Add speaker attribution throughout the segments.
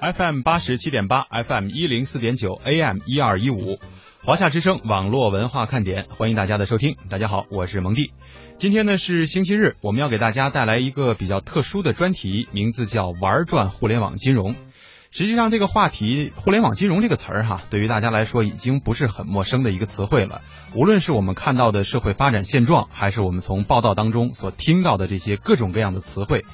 Speaker 1: FM 八十七点八，FM 一零四点九，AM 一二一五。华夏之声网络文化看点，欢迎大家的收听。大家好，我是蒙蒂。今天呢是星期日，我们要给大家带来一个比较特殊的专题，名字叫“玩转互联网金融”。实际上，这个话题“互联网金融”这个词儿、哈，对于大家来说已经不是很陌生的一个词汇了。无论是我们看到的社会发展现状，还是我们从报道当中所听到的这些各种各样的词汇，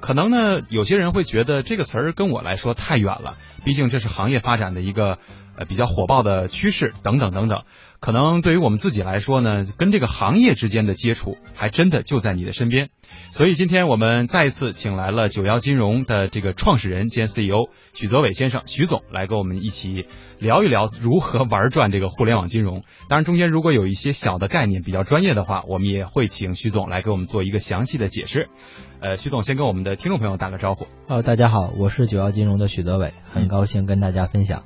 Speaker 1: 可能呢有些人会觉得这个词儿跟我来说太远了，毕竟这是行业发展的一个呃比较火爆的趋势等等等等。可能对于我们自己来说呢，跟这个行业之间的接触还真的就在你的身边。所以今天我们再一次请来了九幺金融的这个创始人兼 CEO 许泽伟先生，许总来跟我们一起聊一聊如何玩转这个互联网金融。当然，中间如果有一些小的概念比较专业的话，我们也会请许总来给我们做一个详细的解释。呃，许总先跟我们的听众朋友打个招呼。
Speaker 2: 呃，大家好，我是九幺金融的许德伟，很高兴跟大家分享。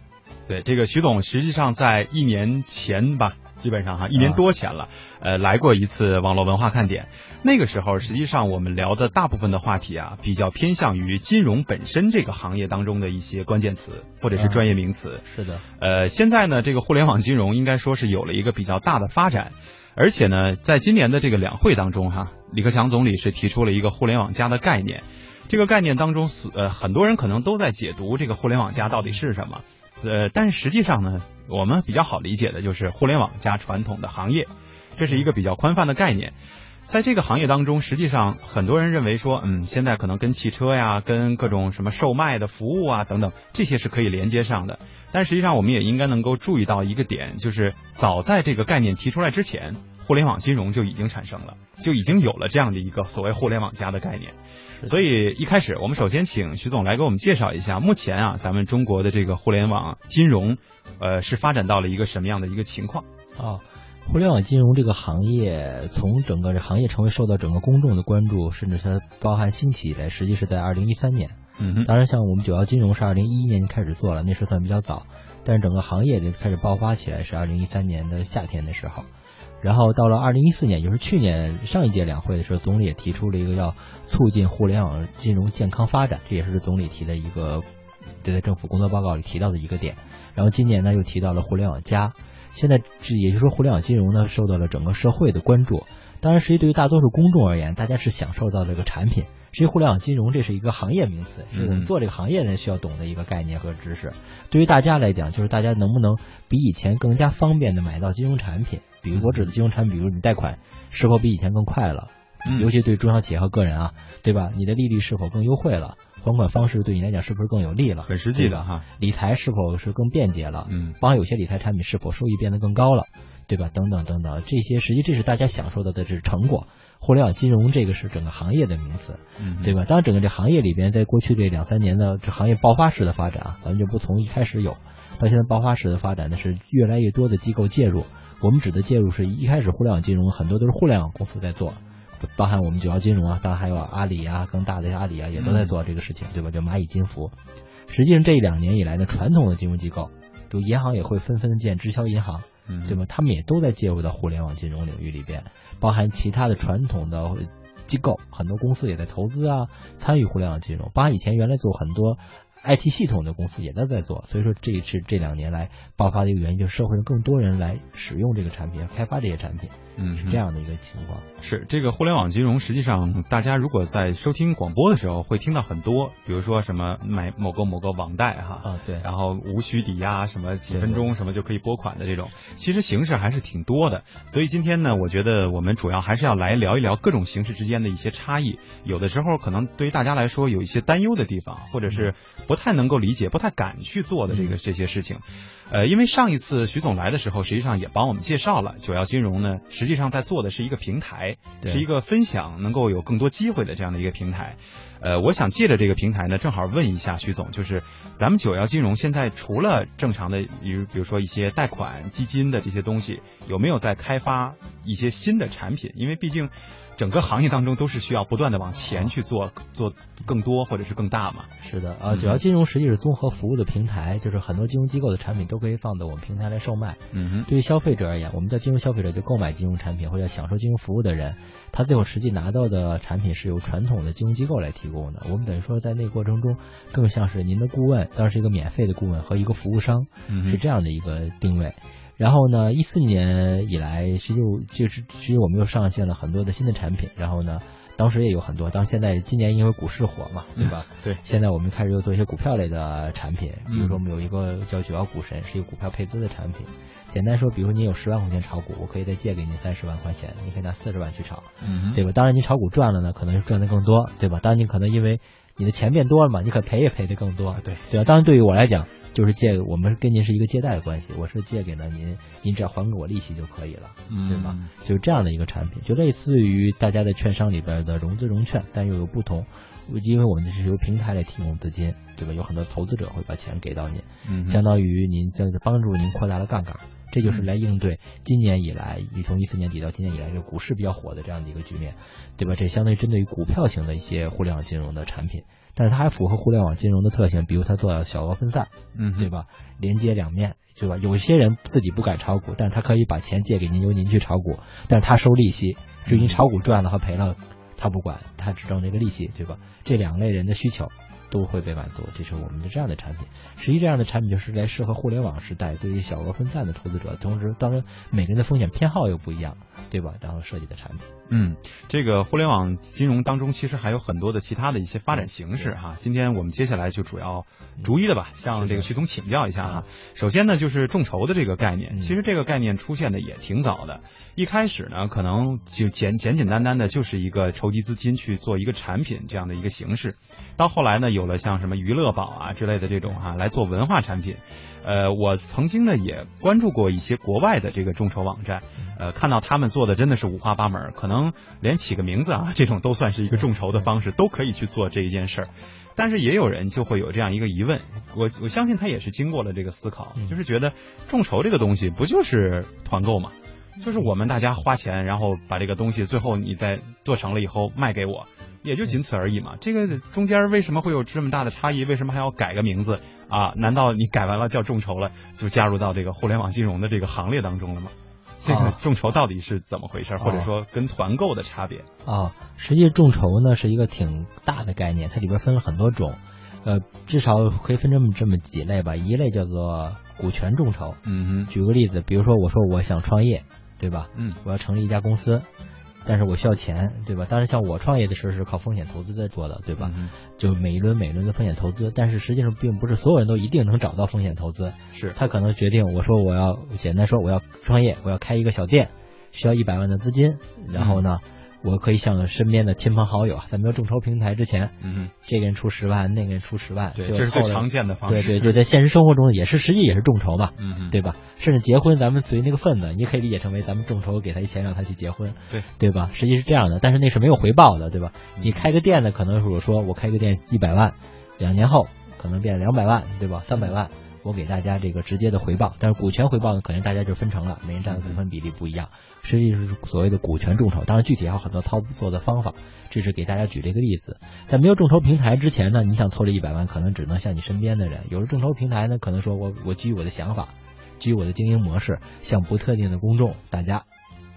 Speaker 1: 对，这个徐总实际上在一年前吧，基本上哈一年多前了，呃，来过一次网络文化看点。那个时候，实际上我们聊的大部分的话题啊，比较偏向于金融本身这个行业当中的一些关键词或者是专业名词。
Speaker 2: 是的，
Speaker 1: 呃，现在呢，这个互联网金融应该说是有了一个比较大的发展，而且呢，在今年的这个两会当中哈，李克强总理是提出了一个“互联网加”的概念。这个概念当中，呃，很多人可能都在解读这个“互联网加”到底是什么。呃，但实际上呢，我们比较好理解的就是互联网加传统的行业，这是一个比较宽泛的概念。在这个行业当中，实际上很多人认为说，嗯，现在可能跟汽车呀、跟各种什么售卖的服务啊等等，这些是可以连接上的。但实际上，我们也应该能够注意到一个点，就是早在这个概念提出来之前，互联网金融就已经产生了，就已经有了这样的一个所谓“互联网加”的概念。所以一开始，我们首先请徐总来给我们介绍一下，目前啊，咱们中国的这个互联网金融，呃，是发展到了一个什么样的一个情况？
Speaker 2: 哦，互联网金融这个行业，从整个这行业成为受到整个公众的关注，甚至它包含兴起以来，实际是在二零一三年。
Speaker 1: 嗯哼，
Speaker 2: 当然，像我们九幺金融是二零一一年就开始做了，那时候算比较早，但是整个行业就开始爆发起来是二零一三年的夏天的时候。然后到了二零一四年，也就是去年上一届两会的时候，总理也提出了一个要促进互联网金融健康发展，这也是总理提的一个，对在政府工作报告里提到的一个点。然后今年呢，又提到了互联网加。现在这也就是说，互联网金融呢受到了整个社会的关注。当然，实际对于大多数公众而言，大家是享受到这个产品。实际，互联网金融这是一个行业名词，是我们
Speaker 1: 嗯
Speaker 2: 做这个行业人需要懂的一个概念和知识。对于大家来讲，就是大家能不能比以前更加方便的买到金融产品？比如我指的金融产品，比如你贷款是否比以前更快了？
Speaker 1: 嗯
Speaker 2: 嗯尤其对中小企业和个人啊，对吧？你的利率是否更优惠了？还款方式对你来讲是不是更有利了？
Speaker 1: 很实际的哈。
Speaker 2: 理财是否是更便捷了？
Speaker 1: 嗯，
Speaker 2: 帮有些理财产品是否收益变得更高了？对吧？等等等等，这些实际这是大家享受到的这是成果。互联网金融这个是整个行业的名词，
Speaker 1: 嗯
Speaker 2: 对吧？当然，整个这行业里边，在过去这两三年的这行业爆发式的发展啊，咱们就不从一开始有到现在爆发式的发展呢，是越来越多的机构介入。我们指的介入是一开始互联网金融很多都是互联网公司在做，包含我们九幺金融啊，当然还有阿里啊，更大的阿里啊也都在做这个事情，对吧？就蚂蚁金服。实际上这两年以来呢，传统的金融机构，比如银行也会纷纷建直销银行。
Speaker 1: 嗯，
Speaker 2: 对吧？他们也都在介入到互联网金融领域里边，包含其他的传统的机构，很多公司也在投资啊，参与互联网金融，包含以前原来做很多 IT 系统的公司也都在做。所以说，这一次这两年来爆发的一个原因，就是社会上更多人来使用这个产品，开发这些产品，
Speaker 1: 嗯，
Speaker 2: 是这样的一个情况。
Speaker 1: 是这个互联网金融，实际上大家如果在收听广播的时候，会听到很多，比如说什么买某个某个网贷哈，
Speaker 2: 啊，对，
Speaker 1: 然后无需抵押，什么几分钟什么就可以拨款的这种，其实形式还是挺多的。所以今天呢，我觉得我们主要还是要来聊一聊各种形式之间的一些差异。有的时候可能对于大家来说有一些担忧的地方，或者是不太能够理解、不太敢去做的这个这些事情。呃，因为上一次徐总来的时候，实际上也帮我们介绍了九幺金融呢，实际上在做的是一个平台，
Speaker 2: 对
Speaker 1: 是一个分享能够有更多机会的这样的一个平台。呃，我想借着这个平台呢，正好问一下徐总，就是咱们九幺金融现在除了正常的，比如比如说一些贷款、基金的这些东西，有没有在开发一些新的产品？因为毕竟整个行业当中都是需要不断的往前去做，做更多或者是更大嘛。
Speaker 2: 是的，呃，
Speaker 1: 嗯
Speaker 2: 九幺金融实际是综合服务的平台，就是很多金融机构的产品都可以放到我们平台来售卖。
Speaker 1: 嗯哼，
Speaker 2: 对于消费者而言，我们叫金融消费者，就购买金融产品或者享受金融服务的人，他最后实际拿到的产品是由传统的金融机构来提供供的。我们等于说在那个过程中，更像是您的顾问，当然是一个免费的顾问和一个服务商，
Speaker 1: 嗯哼
Speaker 2: 是这样的一个定位。然后呢，一四年以来，其实我就是其实我们又上线了很多的新的产品。然后呢，当时也有很多，当现在今年因为股市火嘛，对吧？
Speaker 1: 对，
Speaker 2: 现在我们开始又做一些股票类的产品，比如
Speaker 1: 嗯
Speaker 2: 说我们有一个叫九幺股神，是一个股票配资的产品。简单说，比如你有十万块钱炒股，我可以再借给你三十万块钱，你可以拿四十万去炒，
Speaker 1: 嗯
Speaker 2: 对吧？当然你炒股赚了呢，可能是赚的更多，对吧？当然你可能因为你的钱变多了嘛，你可赔也赔的更多
Speaker 1: 啊，对，
Speaker 2: 对啊。当然对于我来讲，就是借我们跟您是一个借贷的关系，我是借给了您，您只要还给我利息就可以了。
Speaker 1: 嗯
Speaker 2: 对吧？就是这样的一个产品，就类似于大家的券商里边的融资融券，但又有不同。因为我们是由平台来提供资金，对吧？有很多投资者会把钱给到您，
Speaker 1: 嗯
Speaker 2: 相当于您就是帮助您扩大了杠杆，这就是来应对今年以来，以从一四年底到今年以来，这个股市比较火的这样的一个局面，对吧？这相当于针对于股票型的一些互联网金融的产品，但是它还符合互联网金融的特性，比如它做小额分散，
Speaker 1: 嗯
Speaker 2: 对吧？连接两面，对吧？有些人自己不敢炒股，但他可以把钱借给您，由您去炒股，但他收利息。至于你炒股赚了和赔了，他不管，他只挣这个利息，对吧？这两类人的需求都会被满足，这是我们的这样的产品。实际这样的产品就是来适合互联网时代对于小额分散的投资者，同时当然每个人的风险偏好又不一样，对吧？然后设计的产品。
Speaker 1: 嗯，这个互联网金融当中其实还有很多的其他的一些发展形式哈、今天我们接下来就主要逐一的吧，向这个徐总请教一下哈、首先呢，就是众筹的这个概念，
Speaker 2: 嗯
Speaker 1: 其实这个概念出现的也挺早的。一开始呢，可能就简简简单单的就是一个筹集资金去做一个产品这样的一个形式，到后来呢，有了像什么娱乐宝啊之类的这种哈、来做文化产品。呃，我曾经呢也关注过一些国外的这个众筹网站，呃，看到他们做的真的是五花八门儿，可能连起个名字啊，这种都算是一个众筹的方式，都可以去做这一件事儿。但是也有人就会有这样一个疑问，我我相信他也是经过了这个思考，
Speaker 2: 嗯
Speaker 1: 就是觉得众筹这个东西不就是团购嘛，就是我们大家花钱，然后把这个东西最后你再做成了以后卖给我，也就仅此而已嘛。这个中间为什么会有这么大的差异？为什么还要改个名字啊？难道你改完了叫众筹了，就加入到这个互联网金融的这个行列当中了吗？这个
Speaker 2: 啊
Speaker 1: 众筹到底是怎么回事，
Speaker 2: 哦
Speaker 1: 或者说跟团购的差别？
Speaker 2: 啊、实际众筹呢是一个挺大的概念，它里边分了很多种，呃，至少可以分这么这么几类吧。一类叫做股权众筹，
Speaker 1: 嗯
Speaker 2: 举个例子，比如说我说我想创业，对吧？
Speaker 1: 嗯
Speaker 2: 我要成立一家公司，但是我需要钱，对吧？当然，像我创业的时候是靠风险投资在做的，对吧？
Speaker 1: 嗯
Speaker 2: 就每一轮每一轮的风险投资，但是实际上并不是所有人都一定能找到风险投资，
Speaker 1: 是
Speaker 2: 他可能决定，我说我要简单说我要创业，我要开一个小店，需要一百万的资金，然后
Speaker 1: 嗯
Speaker 2: 呢，我可以向身边的亲朋好友啊，在没有众筹平台之前，
Speaker 1: 嗯，
Speaker 2: 这个人出十万，那个人出十万，
Speaker 1: 对，
Speaker 2: 就
Speaker 1: 这是最
Speaker 2: 后来
Speaker 1: 常见的方
Speaker 2: 对
Speaker 1: 式。
Speaker 2: 对对，在现实生活中也是实际也是众筹嘛，
Speaker 1: 嗯哼
Speaker 2: 对吧？甚至结婚，咱们随那个份子，你也可以理解成为咱们众筹给他一钱让他去结婚，
Speaker 1: 对
Speaker 2: 对吧？实际是这样的，但是那是没有回报的，对吧？
Speaker 1: 嗯
Speaker 2: 你开个店呢，可能是我说我开个店一百万，两年后可能变两百万，对吧？三百万，我给大家这个直接的回报，但是股权回报呢，可能大家就分成了，每人占的股份比例不一样，实际是所谓的股权众筹。当然，具体还有很多操作的方法，这是给大家举了一个例子。在没有众筹平台之前呢，你想凑这一百万，可能只能向你身边的人；有了众筹平台呢，可能说我我基于我的想法，基于我的经营模式，向不特定的公众大家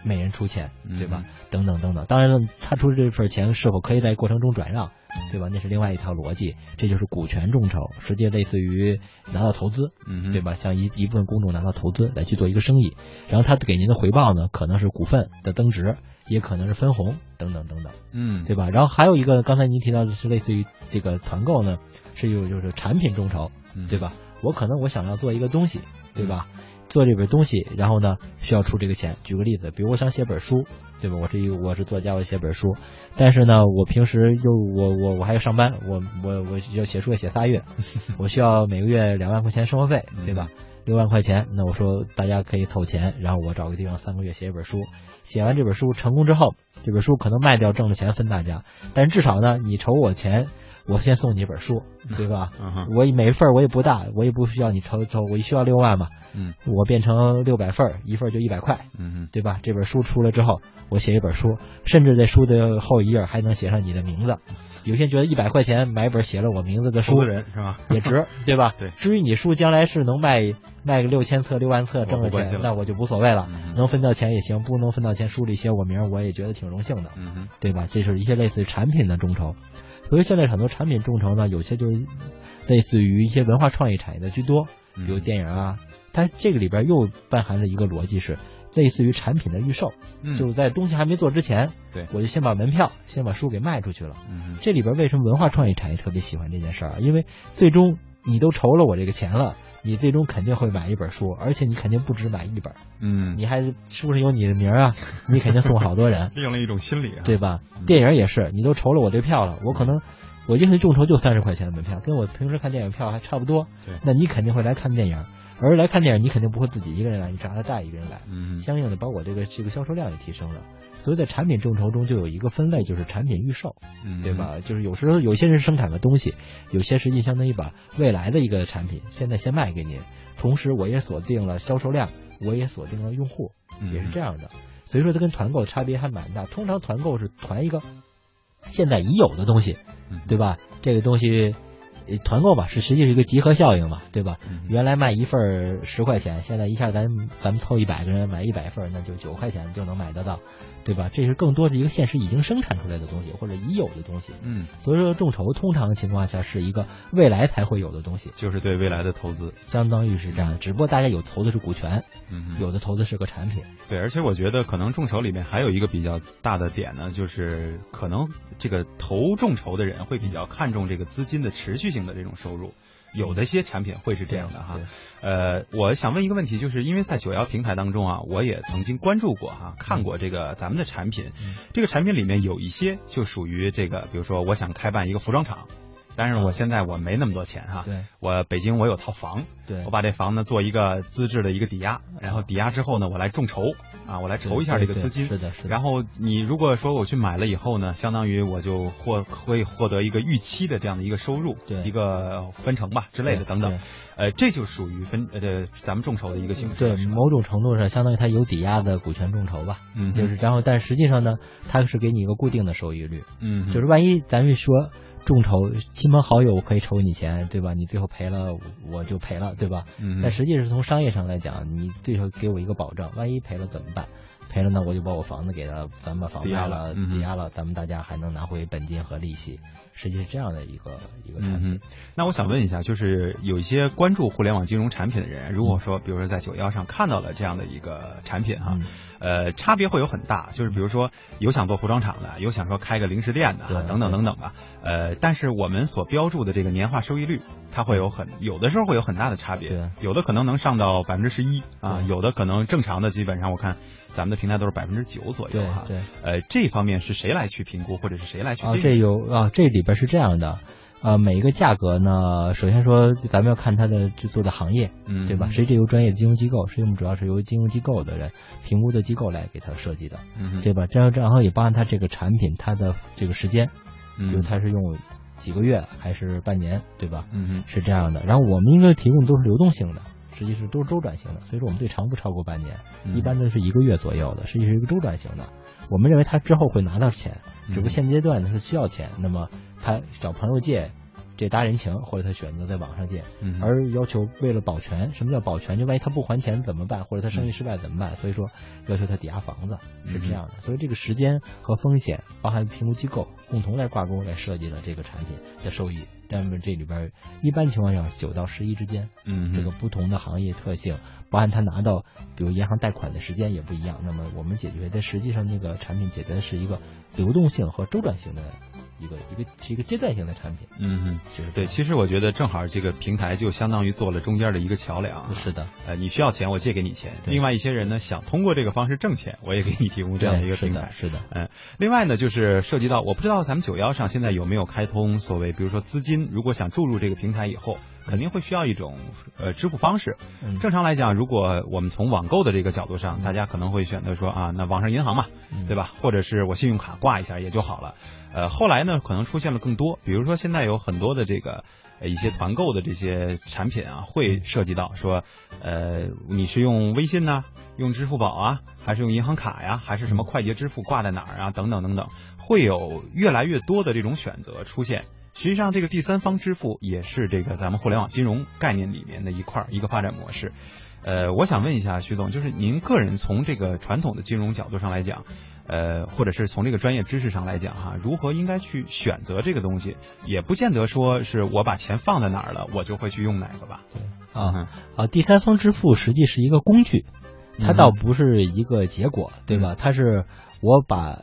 Speaker 2: 每人出钱，对吧？等等等等。当然了，他出这份钱是否可以在过程中转让，对吧？那是另外一条逻辑，这就是股权众筹，实际类似于拿到投资，
Speaker 1: 嗯哼
Speaker 2: 对？吧？向一一部分公众拿到投资来去做一个生意，然后他给您的回报呢，可能是股份的增值，也可能是分红等等等等。
Speaker 1: 嗯，
Speaker 2: 对吧？然后还有一个，刚才您提到的是类似于这个团购呢，是有就是产品众筹，
Speaker 1: 嗯
Speaker 2: 对？吧？我可能我想要做一个东西，对吧？做这本东西，然后呢需要出这个钱。举个例子，比如我想写本书，对吧？我是一个我是作家，我写本书，但是呢，我平时又我我我还要上班，我我我要写书要写仨月， 我需要每个月两万块钱生活费，对吧？六万块钱，那我说大家可以凑钱，然后我找个地方三个月写一本书，写完这本书成功之后，这本书可能卖掉挣了钱分大家，但是至少呢，你筹我钱，我先送你一本书，对吧？
Speaker 1: 嗯哼
Speaker 2: 我每一份儿我也不大，我也不需要你抽抽，我需要六万嘛，
Speaker 1: 嗯
Speaker 2: 我变成六百份儿，一份儿就一百块，
Speaker 1: 嗯哼
Speaker 2: 对吧？这本书出了之后，我写一本书，甚至在书的后一页还能写上你的名字，有些人觉得一百块钱买一本写了我名字的书
Speaker 1: 投资人是吧？
Speaker 2: 也 值，对吧？
Speaker 1: 对
Speaker 2: 至于你书将来是能卖卖个六千册、六万册
Speaker 1: 我
Speaker 2: 挣了
Speaker 1: 不关
Speaker 2: 钱
Speaker 1: 心，了
Speaker 2: 那我就无所谓了，
Speaker 1: 嗯
Speaker 2: 能分到钱也行，不能分到钱书里写我名儿，我也觉得挺荣幸的。
Speaker 1: 嗯哼，
Speaker 2: 对吧？这是一些类似于产品的众筹，所以现在很多产品众筹呢，有些就是类似于一些文化创意产业的居多，比
Speaker 1: 嗯
Speaker 2: 如电影啊。它这个里边又包含了一个逻辑是，类似于产品的预售，
Speaker 1: 嗯
Speaker 2: 就是在东西还没做之前，
Speaker 1: 对
Speaker 2: 我就先把门票、先把书给卖出去了。
Speaker 1: 嗯哼
Speaker 2: 这里边为什么文化创意产业特别喜欢这件事儿啊？因为最终你都筹了我这个钱了，你最终肯定会买一本书，而且你肯定不止买一本，
Speaker 1: 嗯，
Speaker 2: 你还书上有你的名儿啊，你肯定送好多人。
Speaker 1: 利用了一种心理啊，
Speaker 2: 对吧
Speaker 1: 嗯？
Speaker 2: 电影也是，你都筹了我这票了，我可能我这次众筹就三十块钱的门票，跟我平时看电影票还差不多。
Speaker 1: 对
Speaker 2: 那你肯定会来看电影，而来看电影你肯定不会自己一个人来，你至少还带一个人来。
Speaker 1: 嗯哼，
Speaker 2: 相应的，把我这个这个销售量也提升了。所以在产品众筹中就有一个分类，就是产品预售，
Speaker 1: 嗯
Speaker 2: 对？吧？就是有时候有些人生产个东西，有些是相当于把未来的一个产品，现在先卖给您，同时我也锁定了销售量，我也锁定了用户。
Speaker 1: 嗯
Speaker 2: 也是这样的。所以说它跟团购差别还蛮大。通常团购是团一个现在已有的东西，
Speaker 1: 嗯
Speaker 2: 对吧？这个东西呃团购吧，是实际是一个集合效应嘛，对吧？
Speaker 1: 嗯
Speaker 2: 原来卖一份十块钱，现在一下咱咱们凑一百个人买一百份儿，那就九块钱就能买得到，对吧？这是更多的一个现实已经生产出来的东西或者已有的东西。
Speaker 1: 嗯，
Speaker 2: 所以说众筹通常情况下是一个未来才会有的东西，
Speaker 1: 就是对未来的投资，
Speaker 2: 相当于是这样的。只不过大家有投的是股权，
Speaker 1: 嗯哼。
Speaker 2: 有的投的是个产品。
Speaker 1: 对，而且我觉得可能众筹里面还有一个比较大的点呢，就是可能这个投众筹的人会比较看重这个资金的持续性的这种收入。有的些产品会是这样的哈
Speaker 2: 嗯对，
Speaker 1: 呃，我想问一个问题，就是因为在九幺平台当中啊，我也曾经关注过哈、看过这个咱们的产品，
Speaker 2: 嗯
Speaker 1: 这个产品里面有一些就属于这个，比如说我想开办一个服装厂，但是我
Speaker 2: 嗯
Speaker 1: 现在我没那么多钱哈、
Speaker 2: 对
Speaker 1: 我北京我有套房，
Speaker 2: 嗯对
Speaker 1: 我，把这房呢做一个资质的一个抵押，然后抵押之后呢，我来众筹啊，我来筹一下这个资
Speaker 2: 对
Speaker 1: 金。
Speaker 2: 对对是的，是的。
Speaker 1: 然
Speaker 2: 后
Speaker 1: 后你如果说我去买了以后呢，相当于我就获会获得一个预期的这样的一个收入，
Speaker 2: 对
Speaker 1: 一个分成吧之类的等等，呃，这就属于分呃咱们众筹的一个形式
Speaker 2: 对
Speaker 1: 了，是吧
Speaker 2: 某种程度上相当于它有抵押的股权众筹吧，
Speaker 1: 嗯
Speaker 2: 就是然后但实际上呢，它是给你一个固定的收益率，
Speaker 1: 嗯哼
Speaker 2: 就是万一咱们说众筹亲朋好友我可以筹你钱，对吧？你最后赔了我就赔了，对吧？
Speaker 1: 嗯
Speaker 2: 但
Speaker 1: 哼
Speaker 2: 实际是从商业上来讲，你最后给我一个保障，万一赔了怎么办？赔了呢，我就把我房子给他，咱们把房
Speaker 1: 抵押
Speaker 2: 卖
Speaker 1: 了
Speaker 2: 了，
Speaker 1: 嗯哼
Speaker 2: 抵押了，咱们大家还能拿回本金和利息，实际是这样的一个一个产品。
Speaker 1: 嗯哼，那我想问一下，就是有一些关注互联网金融产品的人，如果说比如说在九幺上看到了这样的一个产品哈、
Speaker 2: 嗯
Speaker 1: 呃，差别会有很大，就是比如说有想做服装厂的，有想说开个零食店的啊，
Speaker 2: 对
Speaker 1: 等等等等吧。呃，但是我们所标注的这个年化收益率，它会有很有的时候会有很大的差别
Speaker 2: 对，
Speaker 1: 有的可能能上到百分之十一啊，
Speaker 2: 对
Speaker 1: 有的可能正常的基本上我看咱们的平台都是百分之九左右
Speaker 2: 对
Speaker 1: 哈。
Speaker 2: 对。
Speaker 1: 呃，这方面是谁来去评估，或者是谁来去
Speaker 2: 啊，
Speaker 1: 定
Speaker 2: 这有啊，这里边是这样的，呃，每一个价格呢，首先说咱们要看它的制作的行业，
Speaker 1: 嗯
Speaker 2: 对吧？实际由专业金融机构，实际我们主要是由金融机构的人评估的机构来给它设计的，
Speaker 1: 嗯哼
Speaker 2: 对吧？这样然后也包含它这个产品它的这个时间，比
Speaker 1: 嗯
Speaker 2: 如它是用几个月还是半年，对吧？
Speaker 1: 嗯哼
Speaker 2: 是这样的。然后我们应该提供都是流动性的。实际是都是周转型的，所以说我们最长不超过半年，
Speaker 1: 嗯
Speaker 2: 一般都是一个月左右的，实际是一个周转型的。我们认为他之后会拿到钱，只
Speaker 1: 嗯
Speaker 2: 不过现阶段他需要钱，那么他找朋友借，这搭人情，或者他选择在网上借，
Speaker 1: 嗯哼
Speaker 2: 而要求为了保全，什么叫保全？就万一他不还钱怎么办，或者他生意失败怎
Speaker 1: 嗯
Speaker 2: 么办？所以说要求他抵押房子是这样的，所以这个时间和风险，包含评估机构共同来挂钩来设计了这个产品的收益。那么这里边儿一般情况下九到十一之间，
Speaker 1: 嗯哼
Speaker 2: 这个不同的行业特性，包含他拿到比如银行贷款的时间也不一样。那么我们解决的实际上这个产品解决的是一个流动性和周转性的一个一个是一个阶段性的产品，
Speaker 1: 嗯哼。
Speaker 2: 就是这
Speaker 1: 对，
Speaker 2: 样
Speaker 1: 其实我觉得正好这个平台就相当于做了中间的一个桥梁啊，
Speaker 2: 是的，
Speaker 1: 呃，你需要钱，我借给你钱。
Speaker 2: 对
Speaker 1: 另外一些人呢，想通过这个方式挣钱，我也给你提供这样的一
Speaker 2: 对
Speaker 1: 个
Speaker 2: 是
Speaker 1: 平
Speaker 2: 的，
Speaker 1: 台。
Speaker 2: 是的。
Speaker 1: 嗯，另外呢，就是涉及到我不知道咱们九幺上现在有没有开通所谓，比如说资金金如果想注入这个平台以后，肯定会需要一种呃支付方式。
Speaker 2: 嗯
Speaker 1: 正常来讲，如果我们从网购的这个角度上，
Speaker 2: 嗯
Speaker 1: 大家可能会选择说啊，那网上银行嘛，
Speaker 2: 嗯
Speaker 1: 对吧？或者是我信用卡挂一下也就好了。呃，后来呢，可能出现了更多，比如说现在有很多的这个呃一些团购的这些产品啊，会涉及到说，呃，你是用微信呐、用支付宝啊，还是用银行卡呀，还是什么快捷支付挂在哪儿啊，等等等等，会有越来越多的这种选择出现。实际上，这个第三方支付也是这个咱们互联网金融概念里面的一块儿一个发展模式。呃，我想问一下徐总，就是您个人从这个传统的金融角度上来讲，呃，或者是从这个专业知识上来讲哈，如何应该去选择这个东西，也不见得说是我把钱放在哪儿了，我就会去用哪个吧。
Speaker 2: 啊，啊，第三方支付实际是一个工具，它
Speaker 1: 嗯
Speaker 2: 倒不是一个结果，对吧？它是我把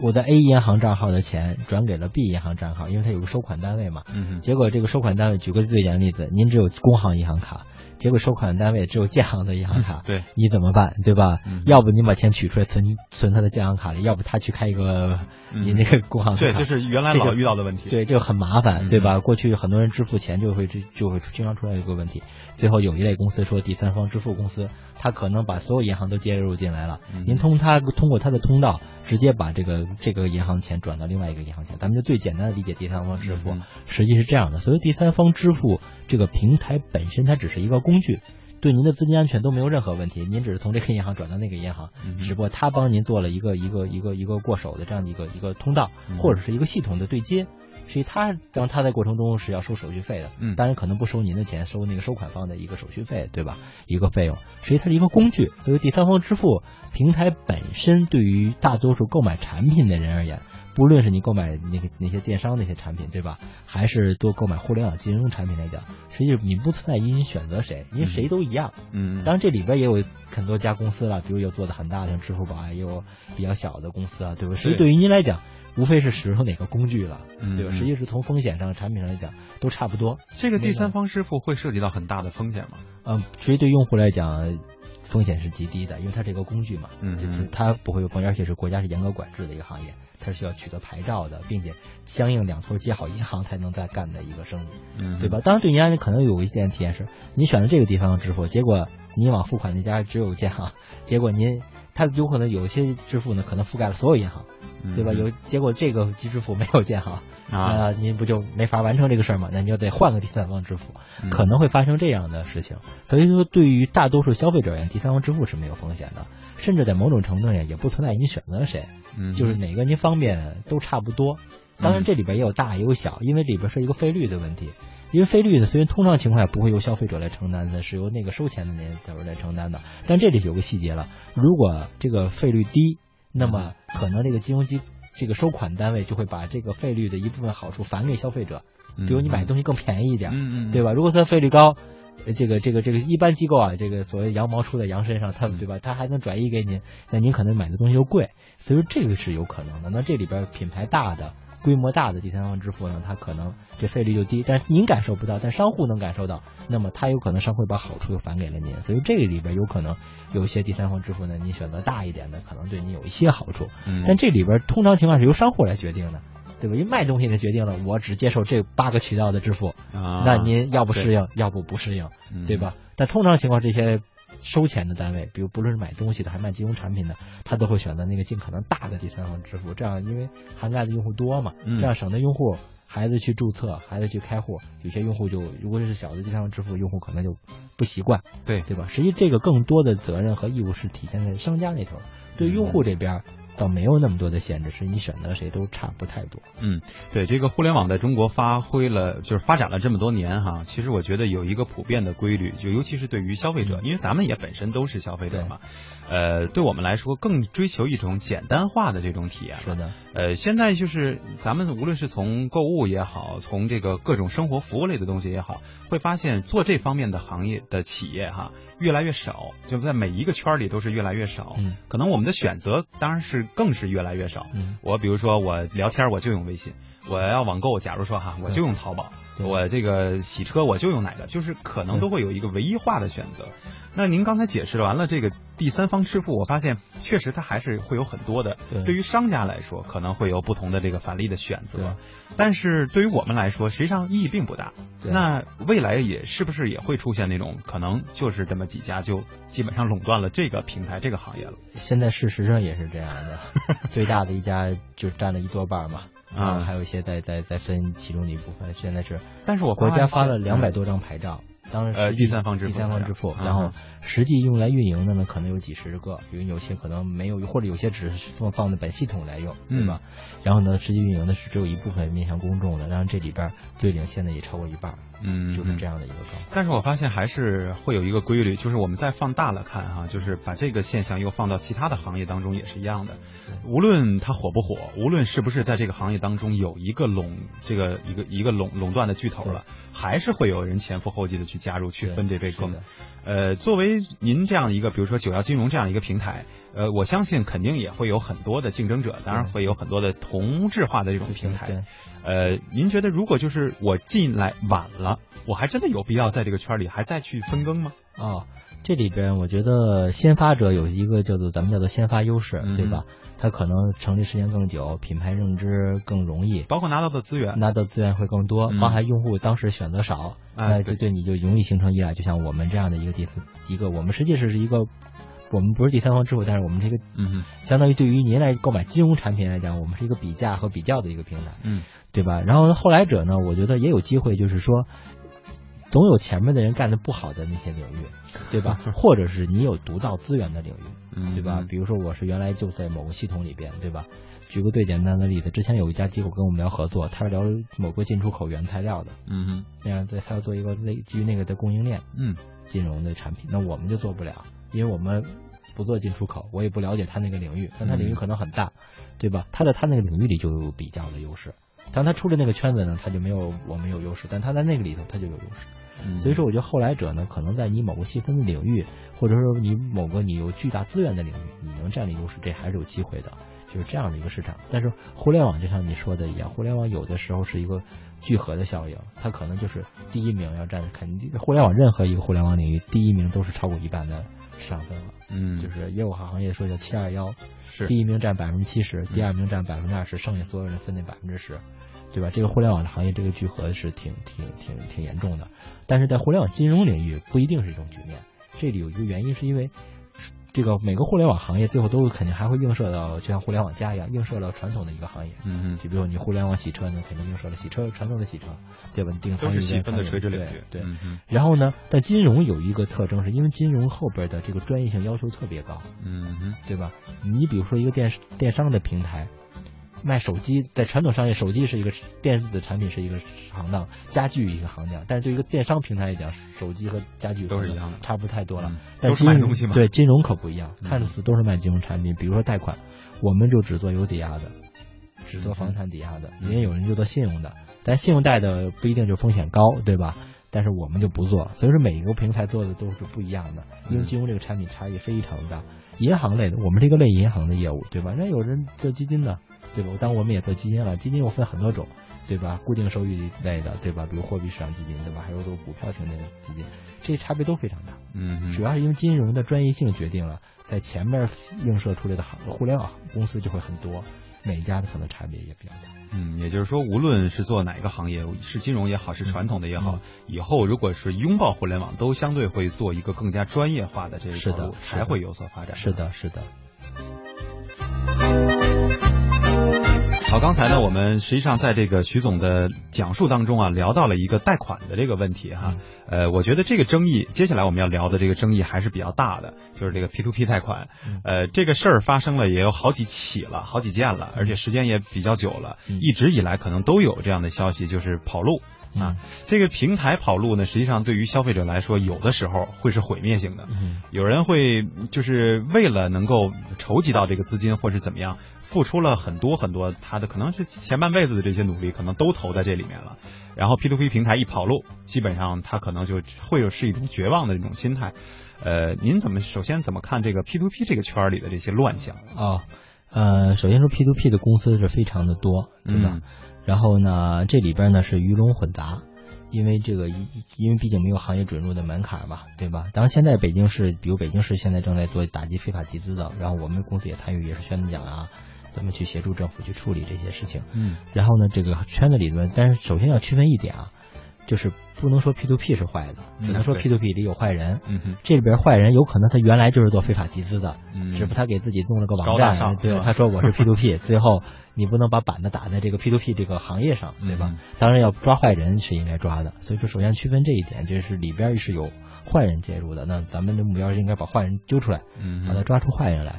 Speaker 2: 我的 A 银行账号的钱转给了 B 银行账号，因为它有个收款单位嘛。
Speaker 1: 嗯
Speaker 2: 结果这个收款单位，举个最简单的例子，您只有工行银行卡，结果收款单位只有建行的银行卡
Speaker 1: 哼，，对，
Speaker 2: 你怎么办，对吧？
Speaker 1: 嗯
Speaker 2: 要不您把钱取出来存存他的建行卡里，要不他去开一个
Speaker 1: 嗯
Speaker 2: 您那个工行的
Speaker 1: 对，
Speaker 2: 卡
Speaker 1: 这是原来
Speaker 2: 这
Speaker 1: 老
Speaker 2: 个
Speaker 1: 遇到的问题。
Speaker 2: 对，这个很麻
Speaker 1: 嗯
Speaker 2: 烦，对吧？过去很多人支付钱就会就就会经常出现一个问题，最后有一类公司说第三方支付公司，它可能把所有银行都接入进来了，
Speaker 1: 嗯
Speaker 2: 您通它通过它的通道直接把这个这个银行钱转到另外一个银行钱，咱们就最简单的理解第三方支付
Speaker 1: 嗯，
Speaker 2: 实际是这样的。所以第三方支付这个平台本身它只是一个工具。对您的资金安全都没有任何问题，您只是从这个银行转到那个银行，
Speaker 1: 嗯
Speaker 2: 只不过他帮您做了一个一个一个一个过手的这样的一个一个通道
Speaker 1: 嗯，
Speaker 2: 或者是一个系统的对接。实际他当他在过程中是要收手续费的，
Speaker 1: 嗯
Speaker 2: 当然可能不收您的钱，收那个收款方的一个手续费，对吧？一个费用，实际它是一个工具。所以第三方支付平台本身对于大多数购买产品的人而言，不论是你购买那个那些电商那些产品，对吧？还是多购买互联网金融产品来讲，实际你不存在因选择谁，因为谁都一样。
Speaker 1: 嗯，
Speaker 2: 当然，这里边也有很多家公司了，比如有做的很大的，像支付宝啊，也有比较小的公司啊，对吧？所以对于您来讲，无非是使用哪个工具了，
Speaker 1: 嗯
Speaker 2: 对
Speaker 1: 嗯
Speaker 2: 吧？实际是从风险上、产品上来讲都差不多。
Speaker 1: 这个第三方支付会涉及到很大的风险吗？
Speaker 2: 嗯，其实对用户来讲，风险是极低的，因为它这个工具嘛，
Speaker 1: 嗯
Speaker 2: 就是它不会有风险，而且是国家是严格管制的一个行业，它是需要取得牌照的，并且相应两头接好银行才能再干的一个生意。
Speaker 1: 嗯
Speaker 2: 对吧？？当然，对您来讲可能有一点体验是，你选了这个地方支付，结果你往付款那家只有建行，结果您它有可能有些支付呢，可能覆盖了所有银行，对吧？
Speaker 1: 嗯
Speaker 2: 有呃结果这个机支付没有建行，
Speaker 1: 啊，
Speaker 2: 那您不就没法完成这个事儿吗？那你就得换个第三方支付，
Speaker 1: 嗯
Speaker 2: 可能会发生这样的事情。所以说，对于大多数消费者而言，第三方支付是没有风险的，甚至在某种程度上也不存在您选择谁。
Speaker 1: 嗯
Speaker 2: 就是哪个您方便都差不多。当然，这里边也有大也有小，因为里边是一个费率的问题。因为费率呢，虽然通常情况下不会由消费者来承担的，是由那个收钱的那角来承担的。但这里有个细节了，如果这个费率低，那么
Speaker 1: 嗯
Speaker 2: 可能这个金融机这个收款单位就会把这个费率的一部分好处返给消费者，比如你买东西更便宜一点，
Speaker 1: 嗯嗯嗯，
Speaker 2: 对
Speaker 1: 吧？
Speaker 2: 吧？如果它费率高，呃这个这个这个一般机构啊，这个所谓羊毛出在羊身上，它对吧？它还能转移给您，那您可能买的东西又贵，所以说这个是有可能的。那这里边品牌大的。规模大的第三方支付呢，它可能这费率就低，但是您感受不到，但商户能感受到，那么它有可能商户把好处又返给了您，所以这个里边有可能有一些第三方支付呢，你选择大一点的，可能对你有一些好处，
Speaker 1: 嗯
Speaker 2: 但这里边通常情况是由商户来决定的，对吧？因为卖东西的决定了我只接受这八个渠道的支付，
Speaker 1: 啊
Speaker 2: 那您要不
Speaker 1: 对
Speaker 2: 适应，要不不适应，
Speaker 1: 嗯
Speaker 2: 对吧？但通常情况，这些收钱的单位，比如不论是买东西的，还卖金融产品的，他都会选择那个尽可能大的第三方支付，这样因为涵盖的用户多嘛，
Speaker 1: 嗯
Speaker 2: 这样省得用户孩子去注册，孩子去开户，有些用户就如果是小的第三方支付，用户可能就不习惯，
Speaker 1: 对
Speaker 2: 对吧？实际这个更多的责任和义务是体现在商家那头，
Speaker 1: 嗯
Speaker 2: 对于用户这边倒没有那么多的限制，是你选择谁都差不太多。
Speaker 1: 对这个互联网在中国发挥了，就是发展了这么多年哈。其实我觉得有一个普遍的规律，就尤其是对于消费者，
Speaker 2: 嗯
Speaker 1: 因为咱们也本身都是消费者嘛，呃，对我们来说更追求一种简单化的这种体验了。
Speaker 2: 是的，
Speaker 1: 呃，现在就是咱们无论是从购物也好，从这个各种生活服务类的东西也好，会发现做这方面的行业的企业哈越来越少，就在每一个圈儿里都是越来越少。
Speaker 2: 嗯
Speaker 1: 可能我们的选择当然是更是越来越少。
Speaker 2: 嗯，
Speaker 1: 我比如说我聊天我就用微信，我要网购，假如说哈我就用淘宝，
Speaker 2: 对
Speaker 1: 我这个洗车我就用哪个，就是可能都会有一个唯一化的选择。那您刚才解释完了这个第三方支付，我发现确实它还是会有很多的，
Speaker 2: 对
Speaker 1: 对于商家来说可能会有不同的这个返利的选
Speaker 2: 对
Speaker 1: 择，但是对于我们来说，实际上意义并不大。
Speaker 2: 对
Speaker 1: 那未来也是不是也会出现那种可能就是这么几家就基本上垄断了这个平台这个行业了？
Speaker 2: 现在事实上也是这样 的，最大的一家就占了一多半儿嘛，
Speaker 1: 啊
Speaker 2: 还有一些在在在分其中的一部分。现在是
Speaker 1: 但是我
Speaker 2: 国家发
Speaker 1: 发
Speaker 2: 了
Speaker 1: 现嗯
Speaker 2: 两百多张牌照，当然
Speaker 1: 呃
Speaker 2: 实际
Speaker 1: 第三方支付
Speaker 2: 第三方支付
Speaker 1: 牌，照
Speaker 2: 然后
Speaker 1: 嗯
Speaker 2: 实际用来运营的呢，可能有几十个，比如有些可能没有，或者有些只是放放在本系统来用，
Speaker 1: 嗯
Speaker 2: 对吧？然后呢，实际运营的是只有一部分面向公众的，然后这里边儿对领现在也超过一半儿，
Speaker 1: 嗯，
Speaker 2: 就是这
Speaker 1: 样。
Speaker 2: 样的一个状况。
Speaker 1: 但是我发现还是会有一个规律，就是我们再放大了看哈、就是把这个现象又放到其他的行业当中也是一样的。无论它火不火，无论是不是在这个行业当中有一个垄这个一个一个垄垄断的巨头了，还是会有人前赴后继的去加入去
Speaker 2: 对
Speaker 1: 分这杯
Speaker 2: 是
Speaker 1: 羹
Speaker 2: 的。
Speaker 1: 呃，作为您这样一个，比如说九幺金融这样一个平台，呃，我相信肯定也会有很多的竞争者，当然
Speaker 2: 对
Speaker 1: 会有很多的同质化的这种平台。
Speaker 2: 对，
Speaker 1: 呃，您觉得如果就是我进来晚了，我还真的有必要在这个圈里还再去分羹吗？
Speaker 2: 哦，这里边我觉得先发者有一个叫做咱们叫做先发优势，
Speaker 1: 嗯
Speaker 2: 对吧？它可能成立时间更久，品牌认知更容易，
Speaker 1: 包括拿到的资源，
Speaker 2: 拿到资源会更多，
Speaker 1: 嗯
Speaker 2: 包含用户当时选择少，
Speaker 1: 哎
Speaker 2: 那
Speaker 1: 对
Speaker 2: 就对你就容易形成依赖。就像我们这样的一个第四一个，我们实际是一个。我们不是第三方支付，但是我们这个
Speaker 1: 嗯哼
Speaker 2: 相当于对于您来购买金融产品来讲，我们是一个比价和比较的一个平台。
Speaker 1: 嗯
Speaker 2: 对吧？然后后来者呢，我觉得也有机会，就是说，总有前面的人干的不好的那些领域，对吧？或者是你有独到资源的领域，
Speaker 1: 嗯，
Speaker 2: 对吧？
Speaker 1: 嗯？
Speaker 2: 比如说我是原来就在某个系统里边，对吧？举个最简单的例子，之前有一家机构跟我们聊合作，他是聊某个进出口原材料的，
Speaker 1: 嗯哼
Speaker 2: 那样在他要做一个类基于那个的供应链
Speaker 1: 嗯
Speaker 2: 金融的产品，那我们就做不了，因为我们。不做进出口，我也不了解他那个领域，但他领域可能很大，对吧？他在他那个领域里就有比较的优势。当他出了那个圈子呢，他就没有我们有优势，但他在那个里头他就有优势。
Speaker 1: 嗯，
Speaker 2: 所以说，我觉得后来者呢，可能在你某个细分的领域，或者说你某个你有巨大资源的领域，你能占领优势，这还是有机会的，就是这样的一个市场。但是互联网就像你说的一样，互联网有的时候是一个聚合的效应，它可能就是第一名要占，肯定互联网任何一个互联网领域，第一名都是超过一半的市场份额。
Speaker 1: 嗯
Speaker 2: 就是业务行业说叫七二幺，
Speaker 1: 是嗯
Speaker 2: 第一名占百分之七十，第二名占百分之二十，剩下所有人分那百分之十，对吧？这个互联网行业这个聚合是挺挺挺挺严重的，但是在互联网金融领域不一定是这种局面。这里有一个原因是因为。这个每个互联网行业最后都肯定还会映射到，就像互联网加一样，映射到传统的一个行业。
Speaker 1: 嗯嗯
Speaker 2: 就比如你互联网洗车，你肯定映射了洗车传统的洗车，对吧？你定
Speaker 1: 都
Speaker 2: 行业
Speaker 1: 是细分的垂直领
Speaker 2: 对
Speaker 1: 域，
Speaker 2: 对，
Speaker 1: 嗯哼
Speaker 2: 然后呢，但金融有一个特征，是因为金融后边的这个专业性要求特别高，
Speaker 1: 嗯哼
Speaker 2: 对吧？你比如说一个电电商的平台，卖手机，在传统商业，手机是一个电子产品是一个行当，家具一个行当，但是对一个电商平台来讲，手机和家具
Speaker 1: 都是一样的
Speaker 2: 差不太多了。
Speaker 1: 嗯
Speaker 2: 但
Speaker 1: 都是
Speaker 2: 金
Speaker 1: 卖
Speaker 2: 融
Speaker 1: 东西嘛
Speaker 2: 对，金融可不一样，
Speaker 1: 嗯
Speaker 2: 看似都是卖金融产品，比如说贷款，我们就只做有抵押的，只做房产抵押的，
Speaker 1: 嗯
Speaker 2: 人家有人就做信用的，但信用贷的不一定就风险高，对吧？但是我们就不做，所以说每一个平台做的都是不一样的，因为
Speaker 1: 嗯
Speaker 2: 金融这个产品差异非常大。银行类的，我们这个类银行的业务，对吧？人家有人做基金的，对吧？当然我们也做基金了，基金又分很多种，对吧？固定收益类的，对吧？比如货币市场基金，对吧？还有都股票型的基金，这差别都非常大。
Speaker 1: 嗯哼，
Speaker 2: 主要是因为金融的专业性决定了，在前面映射出来的行互联网公司就会很多，每家的可能差别也比较大。
Speaker 1: 嗯，也就是说，无论是做哪个行业，是金融也好，是传统的也
Speaker 2: 嗯
Speaker 1: 好，以后如果是拥抱互联网，都相对会做一个更加专业化的这一
Speaker 2: 是
Speaker 1: 条
Speaker 2: 的
Speaker 1: 路，
Speaker 2: 是
Speaker 1: 才
Speaker 2: 的
Speaker 1: 会有所发展。
Speaker 2: 是的，是的，
Speaker 1: 好，刚才呢，我们实际上在这个徐总的讲述当中啊，聊到了一个贷款的这个问题哈。呃，我觉得这个争议，接下来我们要聊的这个争议还是比较大的，就是这个 P to P 贷款
Speaker 2: 嗯。
Speaker 1: 呃，这个事儿发生了也有好几起了，好几件了，而且时间也比较久了，
Speaker 2: 嗯
Speaker 1: 一直以来可能都有这样的消息，就是跑路。啊，这个平台跑路呢，实际上对于消费者来说，有的时候会是毁灭性的。
Speaker 2: 嗯，
Speaker 1: 有人会就是为了能够筹集到这个资金，或是怎么样，付出了很多很多他的可能是前半辈子的这些努力，可能都投在这里面了。然后 P2P 平台一跑路，基本上他可能就会有是一种绝望的这种心态。呃，您怎么首先怎么看这个 P2P 这个圈儿里的这些乱象？
Speaker 2: 哦，呃，首先说 P to P 的公司是非常的多，对吧？
Speaker 1: 嗯
Speaker 2: 然后呢，这里边呢是鱼龙混杂。因为这个一因为毕竟没有行业准入的门槛嘛，对吧？当然现在北京市，比如北京市现在正在做打击非法集资的，然后我们公司也参与，也是宣讲啊，咱们去协助政府去处理这些事情。
Speaker 1: 嗯
Speaker 2: 然后呢，这个圈子里面，但是首先要区分一点啊，就是不能说 P to P 是坏的，
Speaker 1: 嗯
Speaker 2: 只能说
Speaker 1: 对
Speaker 2: P to P 里有坏人。
Speaker 1: 嗯哼
Speaker 2: 这里边坏人有可能他原来就是做非法集资的，
Speaker 1: 嗯，
Speaker 2: 只不过他给自己弄了个
Speaker 1: 高
Speaker 2: 网
Speaker 1: 大
Speaker 2: 站，
Speaker 1: 上是
Speaker 2: 对
Speaker 1: 吧
Speaker 2: 他说我是 P to P，最后你不能把板子打在这个 P to P 这个行业上，对吧？
Speaker 1: 嗯
Speaker 2: 当然要抓坏人是应该抓的，所以说首先区分这一点，就是里边是有坏人介入的，那咱们的目标是应该把坏人揪出来，
Speaker 1: 嗯
Speaker 2: 把他抓出坏人来。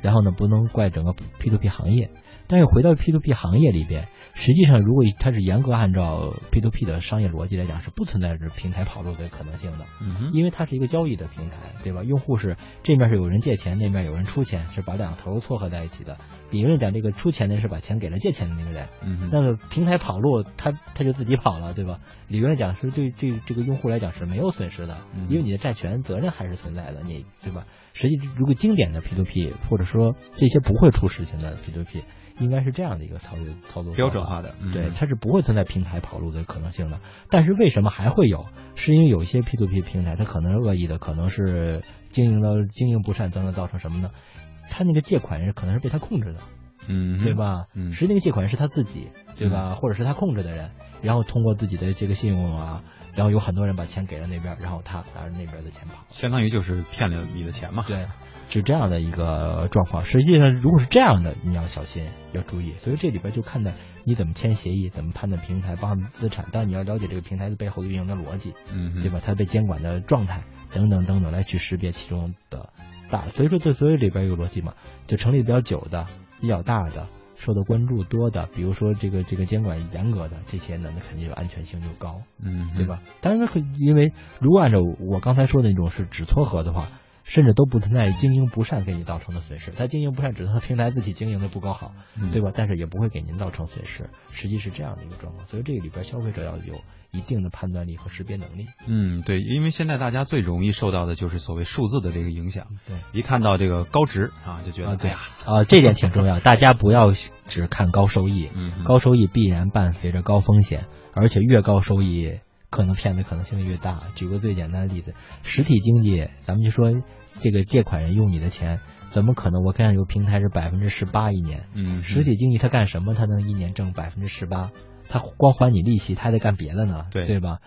Speaker 2: 然后呢，不能怪整个 P to P 行业，但是回到 P to P 行业里边，实际上如果它是严格按照 P to P 的商业逻辑来讲，是不存在着平台跑路的可能性的。
Speaker 1: 嗯哼
Speaker 2: 因为它是一个交易的平台，对吧？用户是这面是有人借钱，那面有人出钱，是把两头撮合在一起的。理论讲，这个出钱的人是把钱给了借钱的那个人，
Speaker 1: 嗯哼
Speaker 2: 那么平台跑路，他他就自己跑了，对吧？理论讲是对对这个用户来讲是没有损失的
Speaker 1: 嗯，
Speaker 2: 因为你的债权责任还是存在的，你对吧？实际如果经典的 P to P 或者说这些不会出事情的 P to P，应该是这样的一个操作操作
Speaker 1: 标
Speaker 2: 方
Speaker 1: 准
Speaker 2: 法
Speaker 1: 化的，嗯
Speaker 2: 对，它是不会存在平台跑路的可能性的。但是为什么还会有？是因为有些 P to P 平台，它可能是恶意的，可能是经营的经营不善，造成造成什么呢？他那个借款人可能是被他控制的，
Speaker 1: 嗯哼
Speaker 2: 对？吧？
Speaker 1: 嗯
Speaker 2: 实际那个借款人是他自己，对吧？或者是他控制的人，然后通过自己的这个信用啊，然后有很多人把钱给了那边，然后他拿着那边的钱跑。
Speaker 1: 相当于就是骗了你的钱嘛。
Speaker 2: 对，是这样的一个状况。实际上，如果是这样的，你要小心，要注意。所以这里边就看待你怎么签协议，怎么判断平台包含资产，但你要了解这个平台的背后的运营的逻辑，
Speaker 1: 嗯哼
Speaker 2: 对？吧？它被监管的状态等等等等，来去识别其中的大。所以说，对所以里边有逻辑嘛，就成立比较久的、比较大的。受到关注多的，比如说这个这个监管严格的这些呢，那肯定就安全性就高。
Speaker 1: 嗯哼，
Speaker 2: 对吧？当然，可以因为如果按照我刚才说的那种是只撮合的话，甚至都不存在经营不善给你造成的损失。它经营不善只是它平台自己经营的不够好，
Speaker 1: 嗯？
Speaker 2: 对吧？但是也不会给您造成损失，实际是这样的一个状况。所以这个里边消费者要有一定的判断力和识别能力。
Speaker 1: 嗯，对，因为现在大家最容易受到的就是所谓数字的这个影响，
Speaker 2: 对。
Speaker 1: 一看到这个高值啊，就觉得
Speaker 2: 啊，
Speaker 1: 哎
Speaker 2: 对
Speaker 1: 呀，
Speaker 2: 啊，这点挺重要，大家不要只看高收益，
Speaker 1: 嗯哼
Speaker 2: 高收益必然伴随着高风险，而且越高收益，可能骗的可能性越大。举个最简单的例子，实体经济，咱们就说这个借款人用你的钱，怎么可能？我看有平台是百分之十八一年，
Speaker 1: 嗯哼，
Speaker 2: 实体经济他干什么？他能一年挣百分之十八？他光还你利息，他还得干别的呢，
Speaker 1: 对
Speaker 2: 对吧？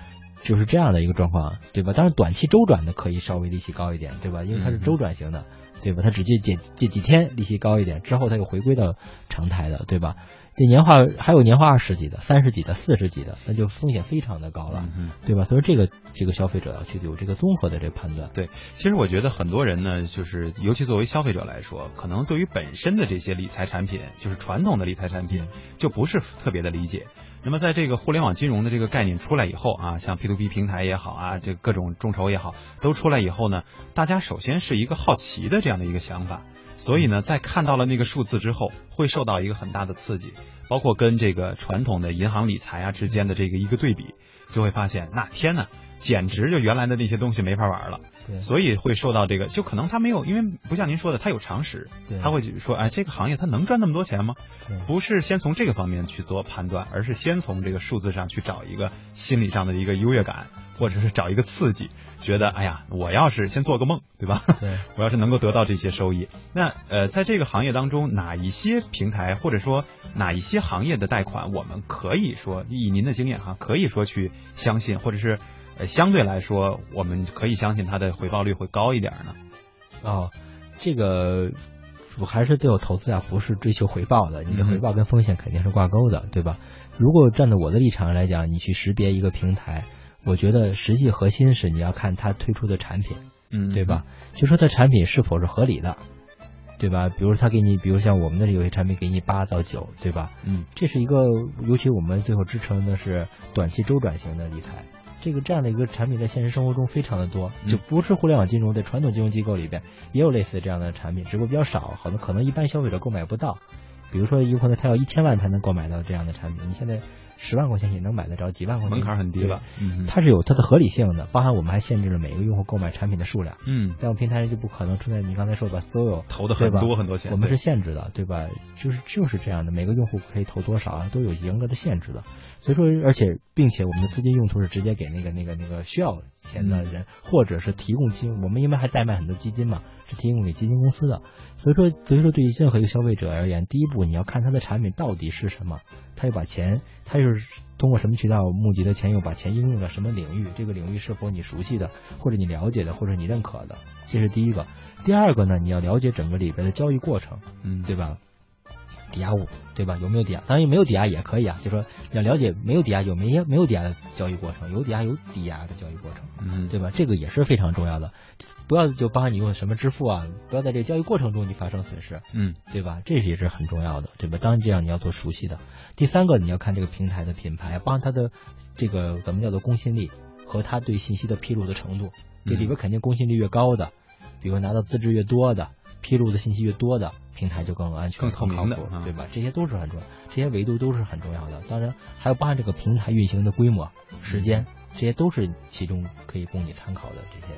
Speaker 2: 就是这样的一个状况，对吧？当然，短期周转的可以稍微利息高一点，对吧？因为它是
Speaker 1: 嗯
Speaker 2: 周转型的，对吧？它只借借借几天，利息高一点，之后它又回归到常态的，对吧？这年化还有年化二十几的、三十几的、四十几的，那就风险非常的高了
Speaker 1: 嗯，哼。
Speaker 2: 对吧？所以这个这个消费者要去有这个综合的这个判断。
Speaker 1: 对，其实我觉得很多人呢，就是尤其作为消费者来说，可能对于本身的这些理财产品，就是传统的理财产品，就不是特别的理解。那么在这个互联网金融的这个概念出来以后啊，像 P2P 平台也好啊，这各种众筹也好，都出来以后呢，大家首先是一个好奇的这样的一个想法，所以呢，在看到了那个数字之后，会受到一个很大的刺激，包括跟这个传统的银行理财啊之间的这个一个对比，就会发现，那天呐，简直就原来的那些东西没法玩了。
Speaker 2: 对
Speaker 1: 所以会受到这个，就可能他没有，因为不像您说的，他有常识，
Speaker 2: 对
Speaker 1: 他会去说，哎，这个行业它能赚那么多钱吗？
Speaker 2: 对
Speaker 1: 不是先从这个方面去做判断，而是先从这个数字上去找一个心理上的一个优越感，或者是找一个刺激，觉得哎呀，我要是先做个梦，对吧？
Speaker 2: 对。
Speaker 1: 我要是能够得到这些收益，那呃，在这个行业当中，哪一些平台或者说哪一些行业的贷款，我们可以说以您的经验哈，可以说去相信，或者是呃相对来说，我们可以相信它的回报率会高一点呢？
Speaker 2: 哦，这个我还是最有投资啊，不是追求回报的。你的
Speaker 1: 嗯哼
Speaker 2: 回报跟风险肯定是挂钩的，对吧？如果站在我的立场上来讲，你去识别一个平台，我觉得实际核心是你要看它推出的产品，
Speaker 1: 嗯
Speaker 2: 对吧？？就说它产品是否是合理的，对吧？比如它给你，比如像我们那里有些产品给你八到九，对吧？
Speaker 1: 嗯
Speaker 2: 这是一个，尤其我们最后支撑的是短期周转型的理财。这个这样的一个产品在现实生活中非常的多，
Speaker 1: 嗯
Speaker 2: 就不是互联网金融，在传统金融机构里边也有类似这样的产品，只不过比较少，好多可能一般消费者购买不到。比如说，有可能他要一千万才能购买到这样的产品，你现在十万块钱也能买得着，几万块钱
Speaker 1: 门槛很低了。嗯
Speaker 2: 对，它是有它的合理性的，包含我们还限制了每个用户购买产品的数量。
Speaker 1: 嗯，
Speaker 2: 在我们平台上就不可能出现你刚才说的所有
Speaker 1: 投的很
Speaker 2: 对吧
Speaker 1: 多很多钱，
Speaker 2: 我们是
Speaker 1: 对
Speaker 2: 限制的，对吧？就是就是这样的，每个用户可以投多少啊，都有严格的限制的。所以说，而且并且我们的资金用途是直接给那个那个那个需要钱的人，或者是提供基金，我们因为还代卖很多基金嘛，是提供给基金公司的。所以说，所以说对于任何一个消费者而言，第一步你要看他的产品到底是什么，他又把钱，他又是通过什么渠道募集的钱，又把钱应用到什么领域，这个领域是否你熟悉的，或者你了解的，或者你认可的，这是第一个。第二个呢，你要了解整个里边的交易过程，
Speaker 1: 嗯
Speaker 2: 对吧？抵押物，对吧？有没有抵押？当然没有抵押也可以啊，就说要了解没有抵押有没有没有抵押的交易过程，有抵押有抵押的交易过程。
Speaker 1: 嗯
Speaker 2: 对吧？这个也是非常重要的，不要就包含你用什么支付啊，不要在这个交易过程中你发生损失，
Speaker 1: 嗯
Speaker 2: 对吧？这也是很重要的，对吧？当然这样你要做熟悉的。第三个你要看这个平台的品牌，包含它的这个咱们叫做公信力和它对信息的披露的程度，这里边肯定公信力越高的，比如拿到资质越多的。披露的信息越多的平台就更安
Speaker 1: 更
Speaker 2: 全、
Speaker 1: 透明的
Speaker 2: 更靠谱
Speaker 1: 啊
Speaker 2: 对吧？这些都是很重要，这些维度都是很重要的。当然，还有包含这个平台运行的规模、时间，
Speaker 1: 嗯
Speaker 2: 这些都是其中可以供你参考的这些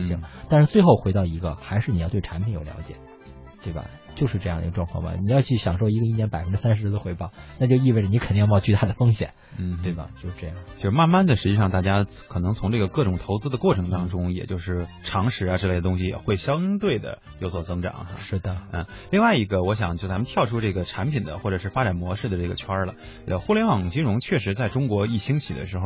Speaker 2: 事情。
Speaker 1: 嗯
Speaker 2: 但是最后回到一个，还是你要对产品有了解，对吧？就是这样的一个状况吧。你要去享受一个一年百分之三十的回报，那就意味着你肯定要冒巨大的风险，
Speaker 1: 嗯，
Speaker 2: 对？吧？就是这样。
Speaker 1: 就慢慢的，实际上大家可能从这个各种投资的过程当中，也就是常识啊之类的东西，会相对的有所增长哈。
Speaker 2: 是的，
Speaker 1: 嗯，另外一个，我想就咱们跳出这个产品的或者是发展模式的这个圈儿了。呃，互联网金融确实在中国一兴起的时候，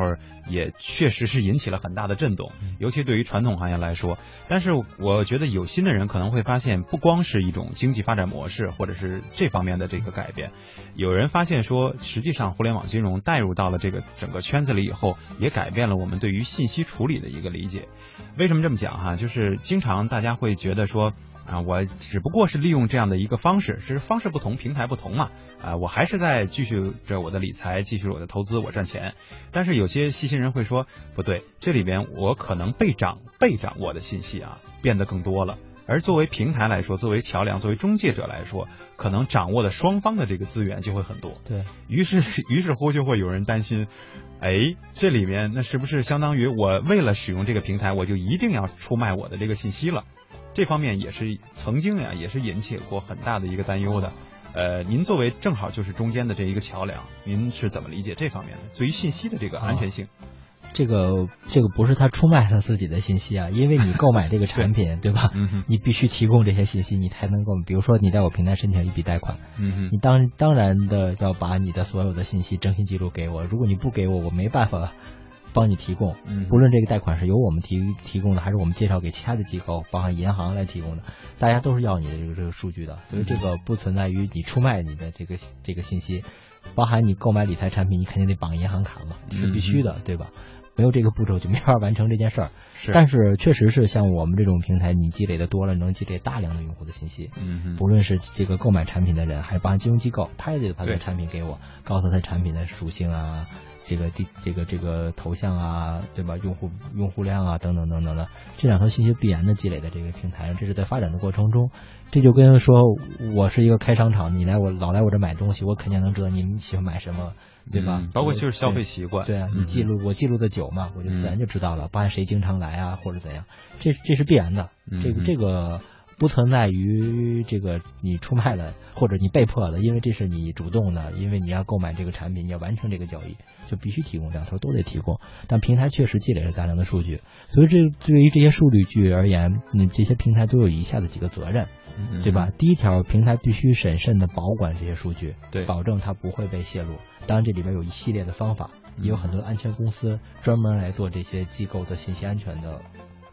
Speaker 1: 也确实是引起了很大的震动
Speaker 2: 嗯，
Speaker 1: 尤其对于传统行业来说。但是我觉得有心的人可能会发现，不光是一种经济发展模式或者是这方面的这个改变，有人发现说，实际上互联网金融带入到了这个整个圈子里以后，也改变了我们对于信息处理的一个理解。为什么这么讲哈、就是经常大家会觉得说。啊，我只不过是利用这样的一个方式，是方式不同，平台不同嘛。啊，我还是在继续着我的理财，继续我的投资，我赚钱。但是有些细心人会说，不对，这里边我可能被掌被掌握的信息啊，变得更多了。而作为平台来说，作为桥梁，作为中介者来说，可能掌握的双方的这个资源就会很多。
Speaker 2: 对，
Speaker 1: 于是，于是乎就会有人担心，哎，这里面那是不是相当于我为了使用这个平台，我就一定要出卖我的这个信息了？这方面也是曾经呀、也是引起过很大的一个担忧的。呃，您作为正好就是中间的这一个桥梁，您是怎么理解这方面的？对于信息的这个安全性，
Speaker 2: 这个这个不是他出卖了自己的信息啊，因为你购买这个产品， 对吧？
Speaker 1: 嗯哼，
Speaker 2: 你必须提供这些信息，你才能够，比如说你在我平台申请一笔贷款，
Speaker 1: 嗯哼
Speaker 2: 你，当当然的要把你的所有的信息征信记录给我，如果你不给我，我没办法帮你提供。
Speaker 1: 嗯
Speaker 2: 不论这个贷款是由我们提提供的，还是我们介绍给其他的机构，包含银行来提供的，大家都是要你的这个这个数据的，所以这个不存在于你出卖你的这个这个信息，包含你购买理财产品，你肯定得绑银行卡嘛，这是必须的，对吧？没有这个步骤就没法完成这件事儿。
Speaker 1: 是，
Speaker 2: 但是确实是像我们这种平台，你积累的多了，能积累大量的用户的信息。
Speaker 1: 嗯哼，
Speaker 2: 不论是这个购买产品的人，还是包含金融机构，他也得把这
Speaker 1: 对
Speaker 2: 个产品给我，告诉他产品的属性啊，这个地这个这个头像啊，对吧？用户用户量啊，等等等等的，这两条信息必然的积累在这个平台上，这是在发展的过程中。这就跟说我是一个开商场，你来我老来我这买东西，我肯定能知道你喜欢买什么，对吧？
Speaker 1: 嗯包括就是消
Speaker 2: 对
Speaker 1: 费习惯，
Speaker 2: 对啊，
Speaker 1: 嗯
Speaker 2: 你记录我记录的久嘛，我就自然就知道了，包含谁经常来啊，或者怎样，这这是必然的。
Speaker 1: 嗯
Speaker 2: 这
Speaker 1: 嗯
Speaker 2: 个这个不存在于这个你出卖了或者你被迫的，因为这是你主动的，因为你要购买这个产品，你要完成这个交易，就必须提供，两头都得提供。但平台确实积累了大量的数据，所以这对于这些数据据而言，你这些平台都有以下的几个责任，
Speaker 1: 嗯
Speaker 2: 对？吧？第一条，平台必须审慎的保管这些数据，
Speaker 1: 对，
Speaker 2: 保证它不会被泄露。当然，这里边有一系列的方法，
Speaker 1: 嗯
Speaker 2: 也有很多安全公司专门来做这些机构的信息安全的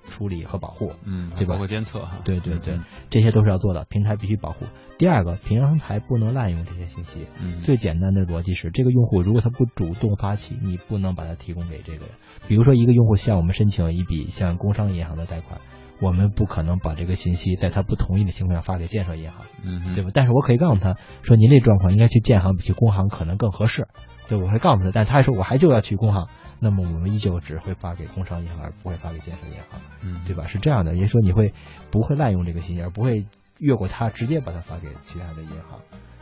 Speaker 2: 处理和保护。
Speaker 1: 嗯，
Speaker 2: 对吧
Speaker 1: 包括监测哈，
Speaker 2: 对对对
Speaker 1: 嗯，
Speaker 2: 这些都是要做的，平台必须保护。第二个，平台不能滥用这些信息。
Speaker 1: 嗯，
Speaker 2: 最简单的逻辑是，这个用户如果他不主动发起，你不能把它提供给这个人。比如说，一个用户向我们申请一笔向工商银行的贷款，我们不可能把这个信息在他不同意的情况下发给建设银行。
Speaker 1: 嗯哼，
Speaker 2: 对吧？但是我可以告诉他说，您这状况应该去建行比去工行可能更合适。对，我会告诉他，但是他还说我还就要去工行，那么我们依旧只会发给工商银行，而不会发给建设银行，
Speaker 1: 嗯，
Speaker 2: 对吧？是这样的，也就是说你会不会滥用这个信息，而不会越过它直接把它发给其他的银行。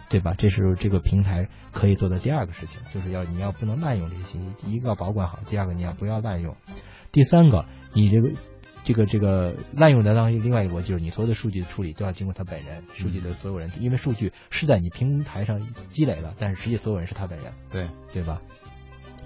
Speaker 2: 对吧？这是这个平台可以做的第二个事情，就是要你要不能滥用这些信息，第一个要保管好，第二个你要不要滥用，第三个你这个。这个这个滥用的当然另外一个逻辑就是，你所有的数据的处理都要经过他本人，数据的所有人，因为数据是在你平台上积累了，但是实际所有人是他本人，
Speaker 1: 对
Speaker 2: 对吧？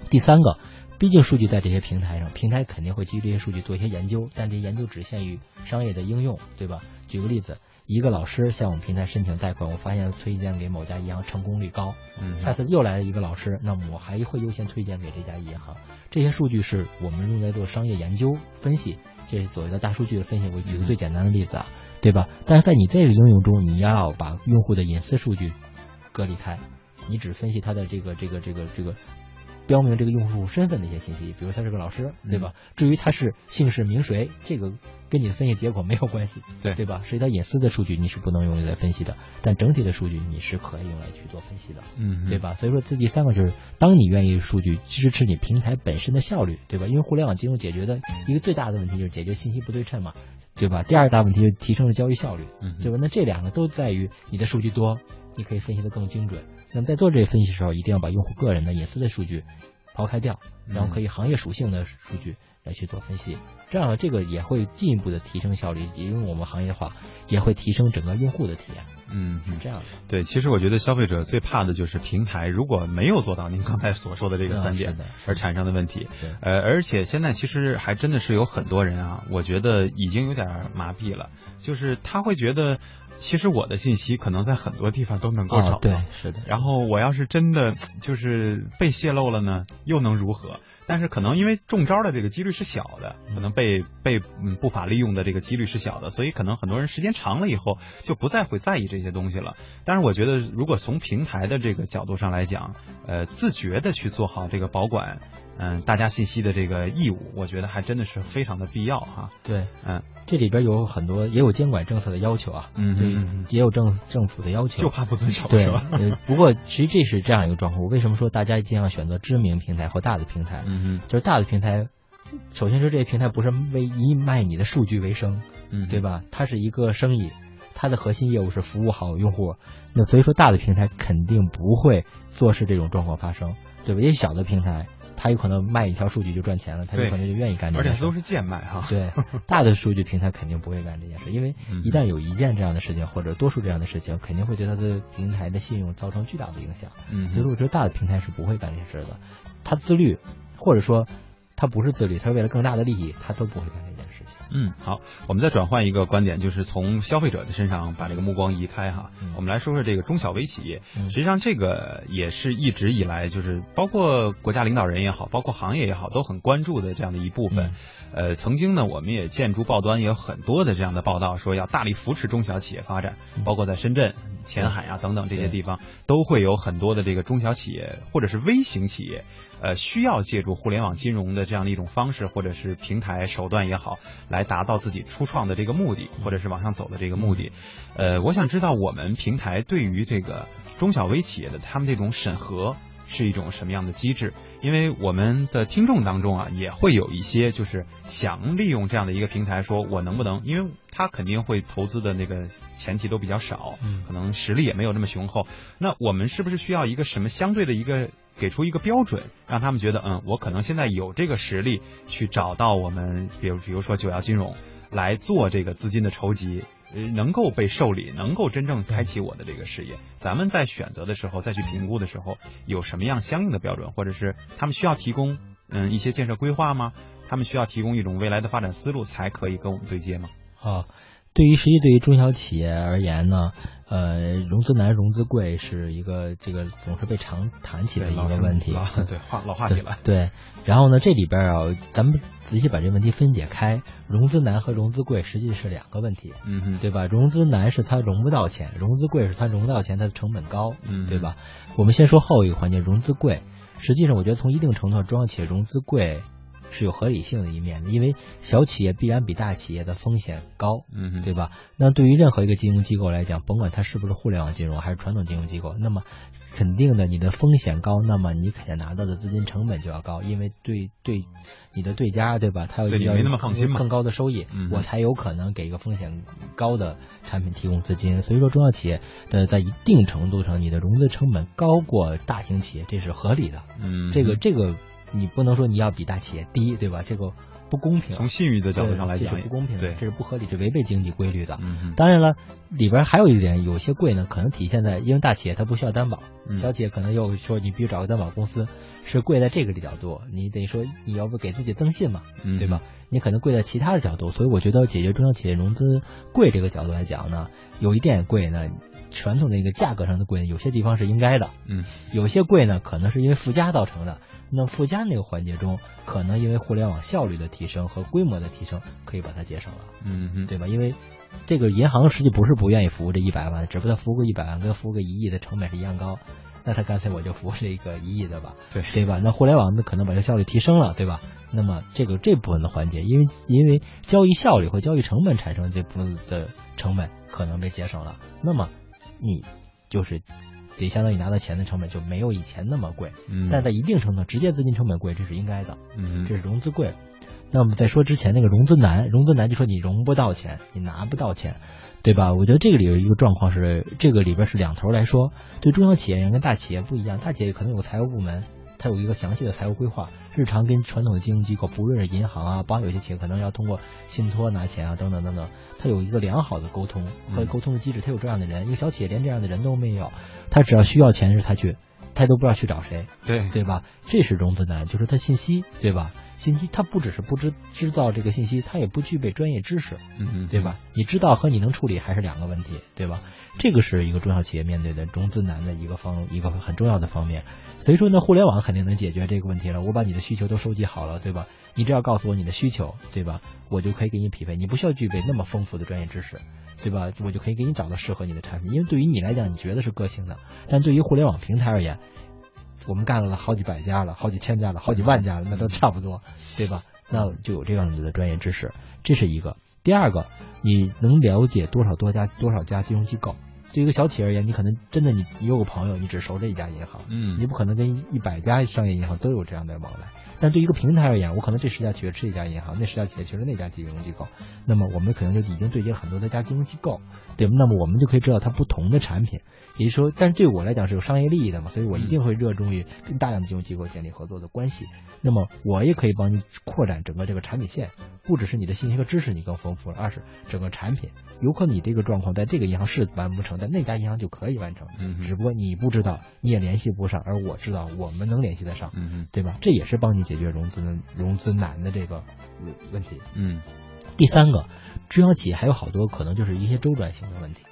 Speaker 2: 第三个，毕竟数据在这些平台上，平台肯定会基于这些数据做一些研究，但这些研究只限于商业的应用，对吧？举个例子，一个老师向我们平台申请贷款，我发现推荐给某家银行成功率高，
Speaker 1: 嗯
Speaker 2: 下次又来了一个老师，那么我还会优先推荐给这家银行。这些数据是我们用来做商业研究分析，这是所谓的大数据的分析。我举个最简单的例子啊，
Speaker 1: 嗯
Speaker 2: 对吧？但是在你这个应用中，你要把用户的隐私数据隔离开，你只分析他的这个这个这个这个。标明这个用户身份的一些信息，比如他是个老师，
Speaker 1: 嗯
Speaker 2: 对吧？至于他是姓氏名谁，这个跟你的分析结果没有关系，
Speaker 1: 对
Speaker 2: 对吧？所以他隐私的数据你是不能用来分析的，但整体的数据你是可以用来去做分析的。
Speaker 1: 嗯
Speaker 2: 对？吧？所以说，这第三个就是，当你愿意数据支持你平台本身的效率，对吧？因为互联网金融解决的一个最大的问题就是解决信息不对称嘛，对吧？第二大问题就是提升了交易效率，
Speaker 1: 嗯
Speaker 2: 对吧？那这两个都在于你的数据多，你可以分析的更精准。那么在做这些分析的时候，一定要把用户个人的隐私的数据刨开掉，
Speaker 1: 嗯
Speaker 2: 然后可以行业属性的数据来去做分析。这样这个也会进一步的提升效率，也用我们行业化也会提升整个用户的体验，
Speaker 1: 嗯
Speaker 2: 是
Speaker 1: 嗯，
Speaker 2: 这样的。
Speaker 1: 对，其实我觉得消费者最怕的就是平台如果没有做到您刚才所说的这个
Speaker 2: 嗯
Speaker 1: 三
Speaker 2: 是
Speaker 1: 点
Speaker 2: 的
Speaker 1: 而产生的问题。
Speaker 2: 对
Speaker 1: 呃，而且现在其实还真的是有很多人啊，我觉得已经有点麻痹了，就是他会觉得，其实我的信息可能在很多地方都能够
Speaker 2: 哦
Speaker 1: 找到。
Speaker 2: 对，是的。
Speaker 1: 然后我要是真的就是被泄露了呢，又能如何？但是可能因为中招的这个几率是小的，可能被被嗯不法利用的这个几率是小的，所以可能很多人时间长了以后就不再会在意这些东西了。但是我觉得，如果从平台的这个角度上来讲，呃，自觉的去做好这个保管，嗯、大家信息的这个义务，我觉得还真的是非常的必要哈、
Speaker 2: 对，
Speaker 1: 嗯，
Speaker 2: 这里边有很多也有监管政策的要求啊，
Speaker 1: 嗯嗯
Speaker 2: 对
Speaker 1: 嗯，
Speaker 2: 也有政政府的要求，
Speaker 1: 就怕不遵守
Speaker 2: 对
Speaker 1: 是吧？
Speaker 2: 呃不过其实这是这样一个状况，为什么说大家尽量选择知名平台或大的平台？
Speaker 1: 嗯
Speaker 2: 就是大的平台，首先说这些平台不是为以卖你的数据为生，
Speaker 1: 嗯，
Speaker 2: 对？吧？它是一个生意，它的核心业务是服务好用户。那所以说，大的平台肯定不会坐视这种状况发生，对吧？因为小的平台，它有可能卖一条数据就赚钱了，它有
Speaker 1: 对
Speaker 2: 可能就愿意干这
Speaker 1: 而且
Speaker 2: 件
Speaker 1: 它
Speaker 2: 事
Speaker 1: 都。是贱卖哈、
Speaker 2: 对，大的数据平台肯定不会干这件事，因为一旦有一件这样的事情或者多数这样的事情，肯定会对它的平台的信用造成巨大的影响。
Speaker 1: 嗯
Speaker 2: 所以说，我觉得大的平台是不会干这些事的。他自律，或者说他不是自律，他是为了更大的利益，他都不会干这件事情。
Speaker 1: 嗯，好，我们再转换一个观点，就是从消费者的身上把这个目光移开哈，
Speaker 2: 嗯
Speaker 1: 我们来说说这个中小微企业。
Speaker 2: 嗯
Speaker 1: 实际上，这个也是一直以来就是包括国家领导人也好，包括行业也好，都很关注的这样的一部
Speaker 2: 嗯
Speaker 1: 分。呃，曾经呢，我们也见诸报端也有很多的这样的报道，说要大力扶持中小企业发展，
Speaker 2: 嗯
Speaker 1: 包括在深圳、前海啊等等这些地方，都会有很多的这个中小企业或者是微型企业，呃，需要借助互联网金融的这样的一种方式或者是平台手段也好，来达到自己初创的这个目的，或者是往上走的这个目的。呃，我想知道我们平台对于这个中小微企业的他们这种审核是一种什么样的机制？因为我们的听众当中啊，也会有一些就是想利用这样的一个平台，说我能不能？因为他肯定会投资的那个前提都比较少，
Speaker 2: 嗯
Speaker 1: 可能实力也没有那么雄厚。那我们是不是需要一个什么相对的一个给出一个标准，让他们觉得，嗯，我可能现在有这个实力去找到我们，比如比如说九幺金融来做这个资金的筹集，呃能够被受理，能够真正开启我的这个事业。咱们在选择的时候，再去评估的时候，有什么样相应的标准，或者是他们需要提供嗯一些建设规划吗？他们需要提供一种未来的发展思路，才可以跟我们对接吗？
Speaker 2: 啊，对于实际对于中小企业而言呢，呃，融资难、融资贵是一个这个总是被常谈起的一
Speaker 1: 老
Speaker 2: 个
Speaker 1: 生
Speaker 2: 问题。
Speaker 1: 老对话老话题
Speaker 2: 对
Speaker 1: 了，
Speaker 2: 对，然后呢，这里边啊，咱们仔细把这问题分解开，融资难和融资贵实际是两个问题。
Speaker 1: 嗯哼，
Speaker 2: 对吧？融资难是它融不到钱，融资贵是它融不到钱，它的成本高，
Speaker 1: 嗯
Speaker 2: 对吧？我们先说后一个环节，融资贵。实际上，我觉得从一定程度上，中小企业融资贵是有合理性的一面的，因为小企业必然比大企业的风险高，
Speaker 1: 嗯哼，
Speaker 2: 对吧？那对于任何一个金融机构来讲，甭管它是不是互联网金融还是传统金融机构，那么肯定的你的风险高，那么你肯定拿到的资金成本就要高，因为对对你的对家对吧？它有
Speaker 1: 对你
Speaker 2: 要
Speaker 1: 没那
Speaker 2: 有
Speaker 1: 么放心嘛
Speaker 2: 更高的收益，
Speaker 1: 嗯
Speaker 2: 我才有可能给一个风险高的产品提供资金。所以说，中小企业的在一定程度上，你的融资成本高过大型企业，这是合理的。
Speaker 1: 嗯，
Speaker 2: 这个这个你不能说你要比大企业低，对吧？这个不公平。啊
Speaker 1: 从信誉的角度
Speaker 2: 对
Speaker 1: 上来
Speaker 2: 这
Speaker 1: 讲
Speaker 2: 是
Speaker 1: 也
Speaker 2: 不，公平的，
Speaker 1: 对
Speaker 2: 这是不合理，这违背经济规律的。
Speaker 1: 嗯哼，
Speaker 2: 当然了，里边还有一点，有些贵呢，可能体现在因为大企业它不需要担保，
Speaker 1: 嗯
Speaker 2: 小企业可能又说你必须找个担保公司，是贵在这个角度，你得说你要不给自己增信嘛，
Speaker 1: 嗯
Speaker 2: 对吧？？你可能贵在其他的角度，所以我觉得解决中小企业融资贵这个角度来讲呢，有一点贵呢，传统的一个价格上的贵，有些地方是应该的，
Speaker 1: 嗯，
Speaker 2: 有些贵呢，可能是因为附加造成的。那附加那个环节中，可能因为互联网效率的提升和规模的提升，可以把它节省了。
Speaker 1: 嗯哼，
Speaker 2: 对吧？因为这个银行实际不是不愿意服务这一百万，只不过他服务个一百万跟服务个一亿的成本是一样高，那他干脆我就服务这个一亿的吧，
Speaker 1: 对
Speaker 2: 对吧？那互联网的可能把这效率提升了，对吧？那么这个这部分的环节，因为因为交易效率和交易成本产生的这部分的成本可能被节省了，那么你就是得相当于拿到钱的成本就没有以前那么贵，
Speaker 1: 嗯，
Speaker 2: 但在一定程度上直接资金成本贵，这是应该的。
Speaker 1: 嗯
Speaker 2: 这
Speaker 1: 哼，
Speaker 2: 是融资贵。那我们在说之前那个融资难，融资难就说你融不到钱，你拿不到钱，对吧？我觉得这个里有一个状况是，这个里边是两头来说，对中小企业人跟大企业不一样，大企业可能有个财务部门，它有一个详细的财务规划，日常跟传统的金融机构，不论是银行啊，帮有些企业可能要通过信托拿钱啊，等等等等，它有一个良好的沟通和
Speaker 1: 嗯
Speaker 2: 沟通的机制，它有这样的人，一个小企业连这样的人都没有，他只要需要钱时才去，他都不知道去找谁，
Speaker 1: 对，
Speaker 2: 对吧？这是融资难，就是他信息，对吧？信息他不只是不知知道这个信息，他也不具备专业知识，
Speaker 1: 嗯哼，
Speaker 2: 对？吧？你知道和你能处理还是两个问题，对吧？这个是一个中小企业面对的融资难的一个方一个很重要的方面。所以说呢，互联网肯定能解决这个问题了。我把你的需求都收集好了，对吧？你只要告诉我你的需求，对吧？我就可以给你匹配，你不需要具备那么丰富的专业知识，对吧？我就可以给你找到适合你的产品，因为对于你来讲，你觉得是个性的，但对于互联网平台而言，我们干了好几百家了，好几千家了，好几万家了，那都差不多，对吧？那就有这样子的专业知识，这是一个。第二个，你能了解多少多家多少家金融机构？对于一个小企业而言，你可能真的你你有个朋友，你只熟这一家银行，
Speaker 1: 嗯
Speaker 2: 你不可能跟一百家商业银行都有这样的往来。但对于一个平台而言，我可能这十家企业是这家银行，那十家企业全是那家金融机构，那么我们可能就已经对接很多的家金融机构，对吧？那么我们就可以知道它不同的产品，也就是说，但是对我来讲是有商业利益的嘛，所以我一定会热衷于跟大量的金融机构建立合作的关系。那么我也可以帮你扩展整个这个产品线，不只是你的信息和知识你更丰富了，二是整个产品，有可能你这个状况在这个银行是完不成，在那家银行就可以完成。
Speaker 1: 嗯
Speaker 2: 只
Speaker 1: 哼，
Speaker 2: 不过你不知道，你也联系不上，而我知道，我们能联系得上，
Speaker 1: 嗯哼，
Speaker 2: 对吧？这也是帮你解决融资融资难的这个呃问题。
Speaker 1: 嗯
Speaker 2: 第三个，中小企业还有好多可能就是一些周转型的问题，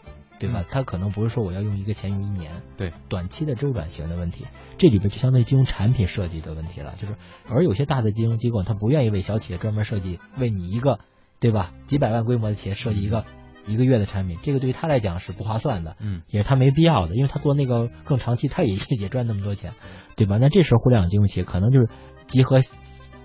Speaker 2: 对吧
Speaker 1: 嗯？
Speaker 2: 它可能不是说我要用一个钱用一年，
Speaker 1: 对，
Speaker 2: 短期的周转型的问题，这里边就相当于金融产品设计的问题了，就是而有些大的金融机构它不愿意为小企业专门设计，为你一个，对吧？几百万规模的企业设计一个。一个月的产品，这个对于他来讲是不划算的，
Speaker 1: 嗯
Speaker 2: 也是他没必要的，因为他做那个更长期，他也 也赚那么多钱，对吧？那这时候互联网金融企业可能就是集合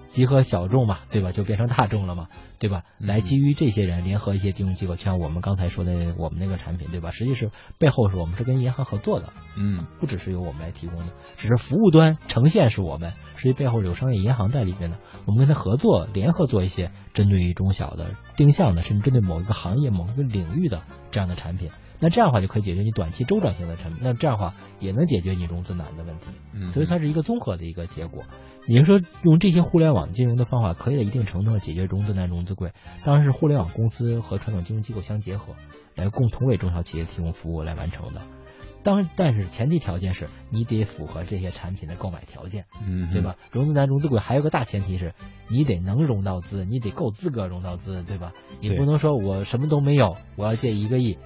Speaker 2: 集合小众嘛，对吧？就变成大众了嘛，对吧？
Speaker 1: 嗯
Speaker 2: 来基于这些人联合一些金融机构，就像我们刚才说的我们那个产品，对吧？实际是背后是我们是跟银行合作的，
Speaker 1: 嗯
Speaker 2: 不只是由我们来提供的，只是服务端呈现是我们，实际背后是有商业银行在里面的。我们跟他合作，联合做一些针对于中小的、定向的，甚至针对某一个行业、某一个领域的这样的产品。那这样的话就可以解决你短期周转性的产品，那这样的话也能解决你融资难的问题。
Speaker 1: 嗯，
Speaker 2: 所以它是一个综合的一个结果。也就是说，用这些互联网金融的方法，可以在一定程度上解决融资难、融资贵。当然是互联网公司和传统金融机构相结合，来共同为中小企业提供服务来完成的。当然，但是前提条件是你得符合这些产品的购买条件，
Speaker 1: 嗯
Speaker 2: 对？吧？融资难、融资贵还有个大前提是你得能融到资，你得够资格融到资，对吧？你
Speaker 1: 对
Speaker 2: 不能说我什么都没有，我要借一个 亿，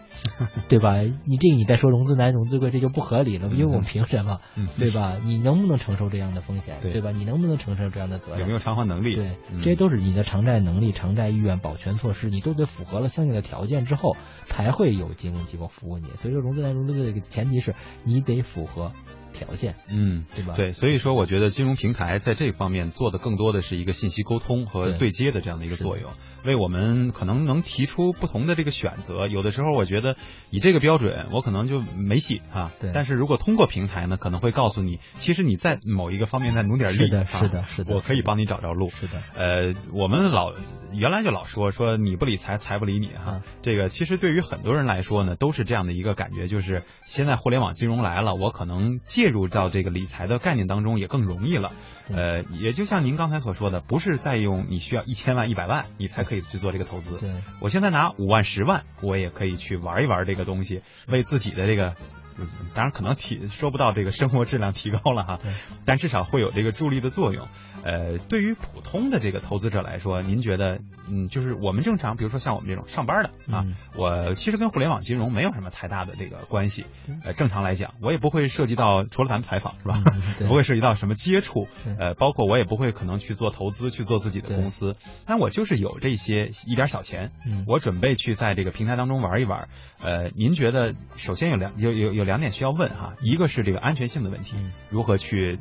Speaker 2: 对吧？你这个你再说融资难、融资贵，这就不合理了，因为我们凭什么？
Speaker 1: 嗯，
Speaker 2: 对吧？你能不能承受这样的风险？
Speaker 1: 对
Speaker 2: 对吧？你能不能承受这样的责
Speaker 1: 有
Speaker 2: 任
Speaker 1: 没？有偿还能力？
Speaker 2: 对，
Speaker 1: 嗯
Speaker 2: 这些都是你的偿债能力、偿债意愿、保全措施，你都得符合了相应的条件之后，才会有金融机构服务你。所以说，融资难融资这个前前提是你得符合条件，
Speaker 1: 嗯，
Speaker 2: 对吧？
Speaker 1: 对，所以说我觉得金融平台在这方面做的更多的是一个信息沟通和
Speaker 2: 对
Speaker 1: 对接的这样的一个
Speaker 2: 是
Speaker 1: 作
Speaker 2: 的
Speaker 1: 用，为我们可能能提出不同的这个选择。有的时候我觉得以这个标准，我可能就没戏啊。
Speaker 2: 对
Speaker 1: 但是如果通过平台呢，可能会告诉你，其实你在某一个方面再努点力，
Speaker 2: 是的，
Speaker 1: 啊
Speaker 2: 是的，是的，
Speaker 1: 我可以帮你找着路。
Speaker 2: 是的，
Speaker 1: 呃，我们老原来就老说说你不理财，财不理你哈、
Speaker 2: 啊
Speaker 1: 这个其实对于很多人来说呢，都是这样的一个感觉，就是现在互联网金融来了，我可能介入到这个理财的概念当中也更容易了。呃，也就像您刚才所说的，不是再用你需要一千万、一百万你才可以去做这个投资，
Speaker 2: 对，
Speaker 1: 我现在拿五万、十万，我也可以去玩一玩这个东西，为自己的这个。嗯当然，可能提说不到这个生活质量提高了哈
Speaker 2: 对，
Speaker 1: 但至少会有这个助力的作用。呃，对于普通的这个投资者来说，您觉得，嗯，就是我们正常，比如说像我们这种上班的啊，
Speaker 2: 嗯
Speaker 1: 我其实跟互联网金融没有什么太大的这个关系
Speaker 2: 对。
Speaker 1: 呃，正常来讲，我也不会涉及到，除了咱们采访是吧？
Speaker 2: 嗯对嗯
Speaker 1: 不会涉及到什么接触
Speaker 2: 对，
Speaker 1: 呃，包括我也不会可能去做投资，去做自己的
Speaker 2: 对
Speaker 1: 公司。但我就是有这些一点小钱，
Speaker 2: 嗯，
Speaker 1: 我准备去在这个平台当中玩一玩。呃，您觉得首先有两有有有两点需要问哈，一个是这个安全性的问题，
Speaker 2: 嗯
Speaker 1: 如何去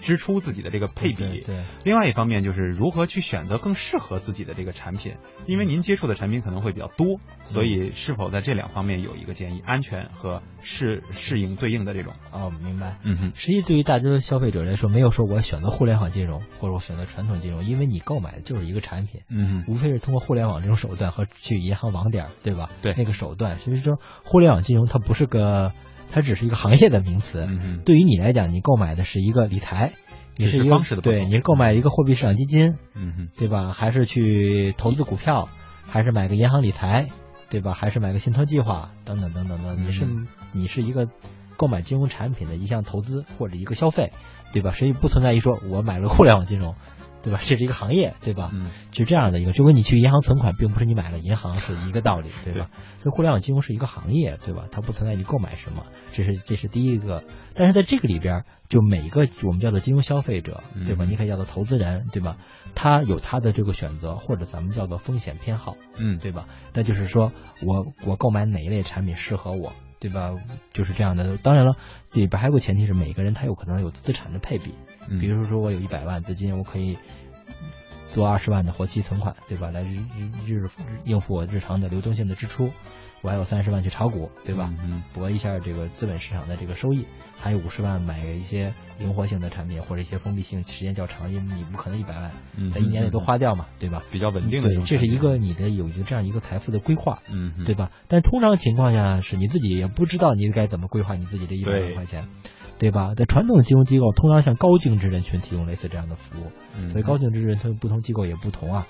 Speaker 1: 支出自己的这个配比；
Speaker 2: 对对，
Speaker 1: 另外一方面就是如何去选择更适合自己的这个产品，因为您接触的产品可能会比较多，所以是否在这两方面有一个建议，安全和适适应对应的这种？
Speaker 2: 哦，明白。
Speaker 1: 嗯哼，
Speaker 2: 实际对于大多数消费者来说，没有说我选择互联网金融或者我选择传统金融，因为你购买的就是一个产品，
Speaker 1: 嗯哼，
Speaker 2: 无非是通过互联网这种手段和去银行网点儿，对吧？
Speaker 1: 对
Speaker 2: 那个手段，所以说互联网金融它不是个，它只是一个行业的名词。
Speaker 1: 嗯哼，
Speaker 2: 对于你来讲，你购买的是一个理财，你
Speaker 1: 只是
Speaker 2: 一个
Speaker 1: 方式的不
Speaker 2: 对，
Speaker 1: 同
Speaker 2: 你是购买一个货币市场基金，
Speaker 1: 嗯哼，
Speaker 2: 对吧？还是去投资股票，还是买个银行理财，对吧？还是买个信托计划等等等等等，你是
Speaker 1: 嗯
Speaker 2: 你是一个购买金融产品的一项投资或者一个消费，对吧？所以不存在于说我买了互联网金融，对吧？这是一个行业，对吧？
Speaker 1: 嗯，
Speaker 2: 是这样的一个，就跟你去银行存款，并不是你买了银行是一个道理，对吧？所以互联网金融是一个行业，对吧？它不存在你购买什么，这是这是第一个。但是在这个里边儿，就每一个我们叫做金融消费者，对吧？
Speaker 1: 嗯
Speaker 2: 你可以叫做投资人，对吧？他有他的这个选择，或者咱们叫做风险偏好，
Speaker 1: 嗯，
Speaker 2: 对吧？那就是说我我购买哪一类产品适合我，对吧？就是这样的。当然了，里边还有个前提是每个人他有可能有资产的配比，
Speaker 1: 嗯
Speaker 2: 比如说我有一百万资金，我可以做二十万的活期存款，对吧？来日日日应付我日常的流动性的支出。我还有三十万去炒股，对吧？
Speaker 1: 嗯
Speaker 2: 搏一下这个资本市场的这个收益，还有五十万买一些灵活性的产品或者一些封闭性，时间较长，因为你不可能一百万
Speaker 1: 嗯
Speaker 2: 在一年内都花掉嘛，对吧？
Speaker 1: 比较稳定的
Speaker 2: 对，
Speaker 1: 种
Speaker 2: 这是
Speaker 1: 产
Speaker 2: 一
Speaker 1: 品，
Speaker 2: 个你的有一个这样一个财富的规划，
Speaker 1: 嗯哼，
Speaker 2: 对吧？但通常情况下是你自己也不知道你该怎么规划你自己这一百万
Speaker 1: 对
Speaker 2: 块钱，对吧？在传统金融机构，通常向高净值人群提供类似这样的服务，
Speaker 1: 嗯
Speaker 2: 所以高净值人群不同机构也不同啊。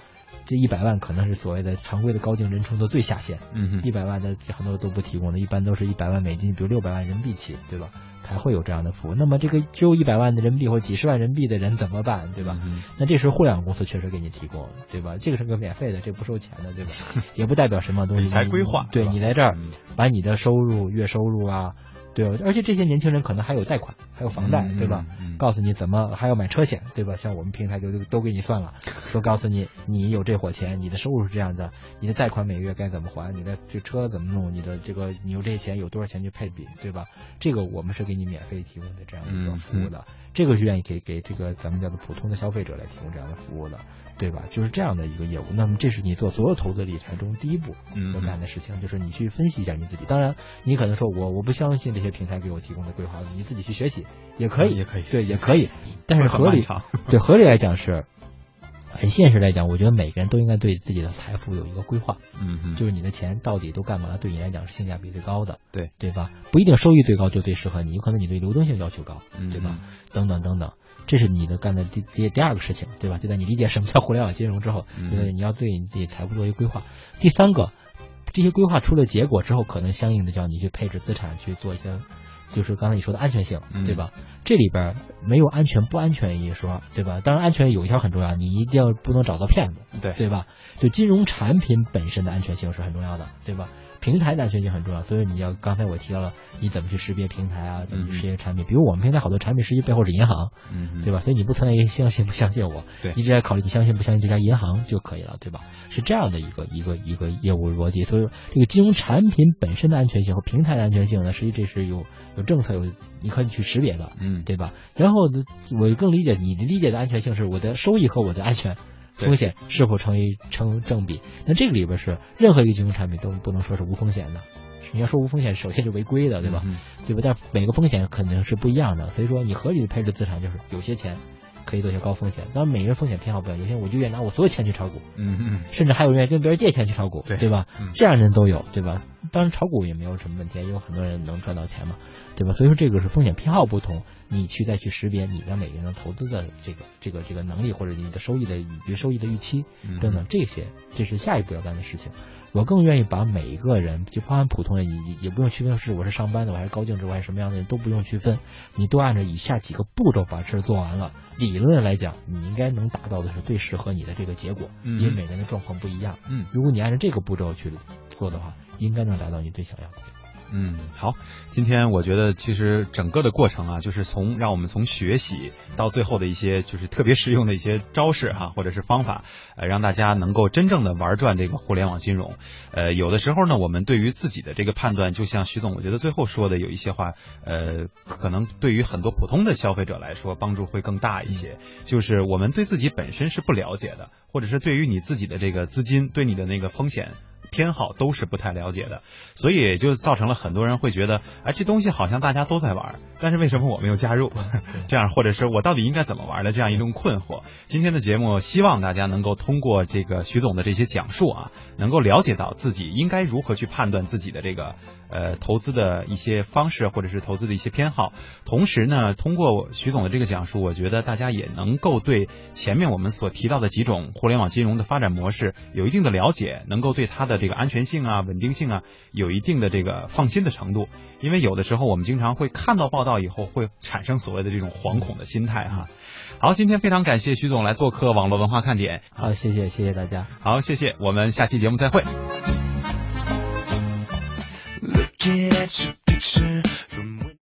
Speaker 2: 这一百万可能是所谓的常规的高净值人群的最下限，
Speaker 1: 嗯哼
Speaker 2: 一百万的很多都不提供的，一般都是一百万美金，比如六百万人民币起，对吧？才会有这样的服务。那么这个只有一百万的人民币或几十万人民币的人怎么办，对吧？
Speaker 1: 嗯
Speaker 2: 那这时候互联网公司确实给你提供，对吧？这个是个免费的，这不收钱的，对 吧？也不代表什么东西。
Speaker 1: 理财
Speaker 2: 你
Speaker 1: 规划
Speaker 2: 对
Speaker 1: 是吧
Speaker 2: 你来这儿
Speaker 1: 嗯，
Speaker 2: 把你的收入、月收入啊，对吧，而且这些年轻人可能还有贷款，还有房贷，
Speaker 1: 嗯
Speaker 2: 对吧？
Speaker 1: 嗯嗯
Speaker 2: 告诉你怎么还要买车险，对吧？像我们平台就都都给 你算了，说告诉你你有这伙钱，你的收入是这样的，你的贷款每月该怎么还，你的这车怎么弄，你的这个你有这些钱有多少钱去配比，对吧？这个我们是给你免费提供的这样一个
Speaker 1: 嗯
Speaker 2: 服务的。这个是愿意给给这个咱们叫做普通的消费者来提供这样的服务的，对吧？就是这样的一个业务。那么这是你做所有投资理财中第一步
Speaker 1: 嗯
Speaker 2: 要干的事情，就是你去分析一下你自己。当然，你可能说我我不相信这些平台给我提供的规划，你自己去学习也可以，
Speaker 1: 嗯也可以
Speaker 2: 对，也可以。 但是
Speaker 1: 很
Speaker 2: 合
Speaker 1: 漫
Speaker 2: 理
Speaker 1: 长，
Speaker 2: 对合理来讲是。很现实来讲，我觉得每个人都应该对自己的财富有一个规划，
Speaker 1: 嗯哼，
Speaker 2: 就是你的钱到底都干嘛，对你来讲是性价比最高的，
Speaker 1: 对
Speaker 2: 对吧？不一定收益最高就最适合你，有可能你对流动性要求高，
Speaker 1: 嗯
Speaker 2: 对吧？等等等等，这是你的干的第第第二个事情，对吧？就在你理解什么叫互联网金融之后，
Speaker 1: 嗯
Speaker 2: 对吧？你要对你自己财务做一个规划。第三个，这些规划出了结果之后，可能相应的叫你去配置资产去做一些。就是刚才你说的安全性，
Speaker 1: 嗯
Speaker 2: 对吧？这里边没有安全不安全一说，对吧？当然，安全有一条很重要，你一定要不能找到骗子，
Speaker 1: 对
Speaker 2: 对吧？就金融产品本身的安全性是很重要的，对吧？平台安全性很重要，所以你要刚才我提到了，你怎么去识别平台啊，怎
Speaker 1: 嗯
Speaker 2: 么去识别产品？比如我们平台好多产品实际背后是银行，
Speaker 1: 嗯，
Speaker 2: 对
Speaker 1: 吧？
Speaker 2: 吧？所以你不存在于相信不相信我，
Speaker 1: 对
Speaker 2: 你只要考虑你相信不相信这家银行就可以了，对吧？是这样的一个一个一个业务逻辑。所以这个金融产品本身的安全性和平台的安全性呢，实际这是有有政策有你可以去识别的，
Speaker 1: 嗯，
Speaker 2: 对吧？然后呢我更理解你理解的安全性是我的收益和我的安全
Speaker 1: 对
Speaker 2: 风险是否成一成正比。那这个里边是任何一个金融产品都不能说是无风险的，你要说无风险，首先是违规的，对吧？
Speaker 1: 嗯？
Speaker 2: 对吧？但是每个风险肯定是不一样的，所以说你合理的配置资产就是有些钱可以做一些高风险，当然每个人风险偏好不一样，有些人我就愿意拿我所有钱去炒股，
Speaker 1: 嗯嗯
Speaker 2: 甚至还有人愿意跟别人借钱去炒股，
Speaker 1: 对
Speaker 2: 吧？
Speaker 1: 嗯
Speaker 2: 这样的人都有，对吧？当然炒股也没有什么问题，因为很多人能赚到钱嘛，对吧？所以说这个是风险偏好不同，你去再去识别你的每个人的投资的这个这个这个能力或者你的收益的以及收益的预期，
Speaker 1: 嗯，
Speaker 2: 等等这些，这是下一步要干的事情。我更愿意把每一个人，就包含普通人，也也不用区分是我是上班的，我还是高净值，我还是什么样的人都不用区分，你都按照以下几个步骤把事儿做完了。理论来讲，你应该能达到的是最适合你的这个结果，
Speaker 1: 嗯
Speaker 2: 因为每个人的状况不一样。
Speaker 1: 嗯
Speaker 2: 如果你按照这个步骤去做的话，应该能达到你最想要的结果。
Speaker 1: 嗯，好，今天我觉得其实整个的过程啊，就是从让我们从学习到最后的一些就是特别实用的一些招式哈、或者是方法，呃，让大家能够真正的玩转这个互联网金融。呃，有的时候呢，我们对于自己的这个判断，就像徐总，我觉得最后说的有一些话，呃，可能对于很多普通的消费者来说，帮助会更大一些。就是我们对自己本身是不了解的，或者是对于你自己的这个资金，对你的那个风险。偏好都是不太了解的，所以也就造成了很多人会觉得，哎，这东西好像大家都在玩，但是为什么我没有加入？ 这样，或者是我到底应该怎么玩的这样一种困惑。今天的节目，希望大家能够通过这个徐总的这些讲述啊，能够了解到自己应该如何去判断自己的这个呃投资的一些方式，或者是投资的一些偏好。同时呢，通过徐总的这个讲述，我觉得大家也能够对前面我们所提到的几种互联网金融的发展模式有一定的了解，能够对它的这个安全性啊、稳定性啊有一定的这个放心的程度。因为有的时候我们经常会看到报道以后，会产生所谓的这种惶恐的心态哈、好，今天非常感谢徐总来做客网络文化看点。
Speaker 2: 好，谢谢，谢谢大家。
Speaker 1: 好，谢谢，我们下期节目再会。
Speaker 3: Looking at your picture from where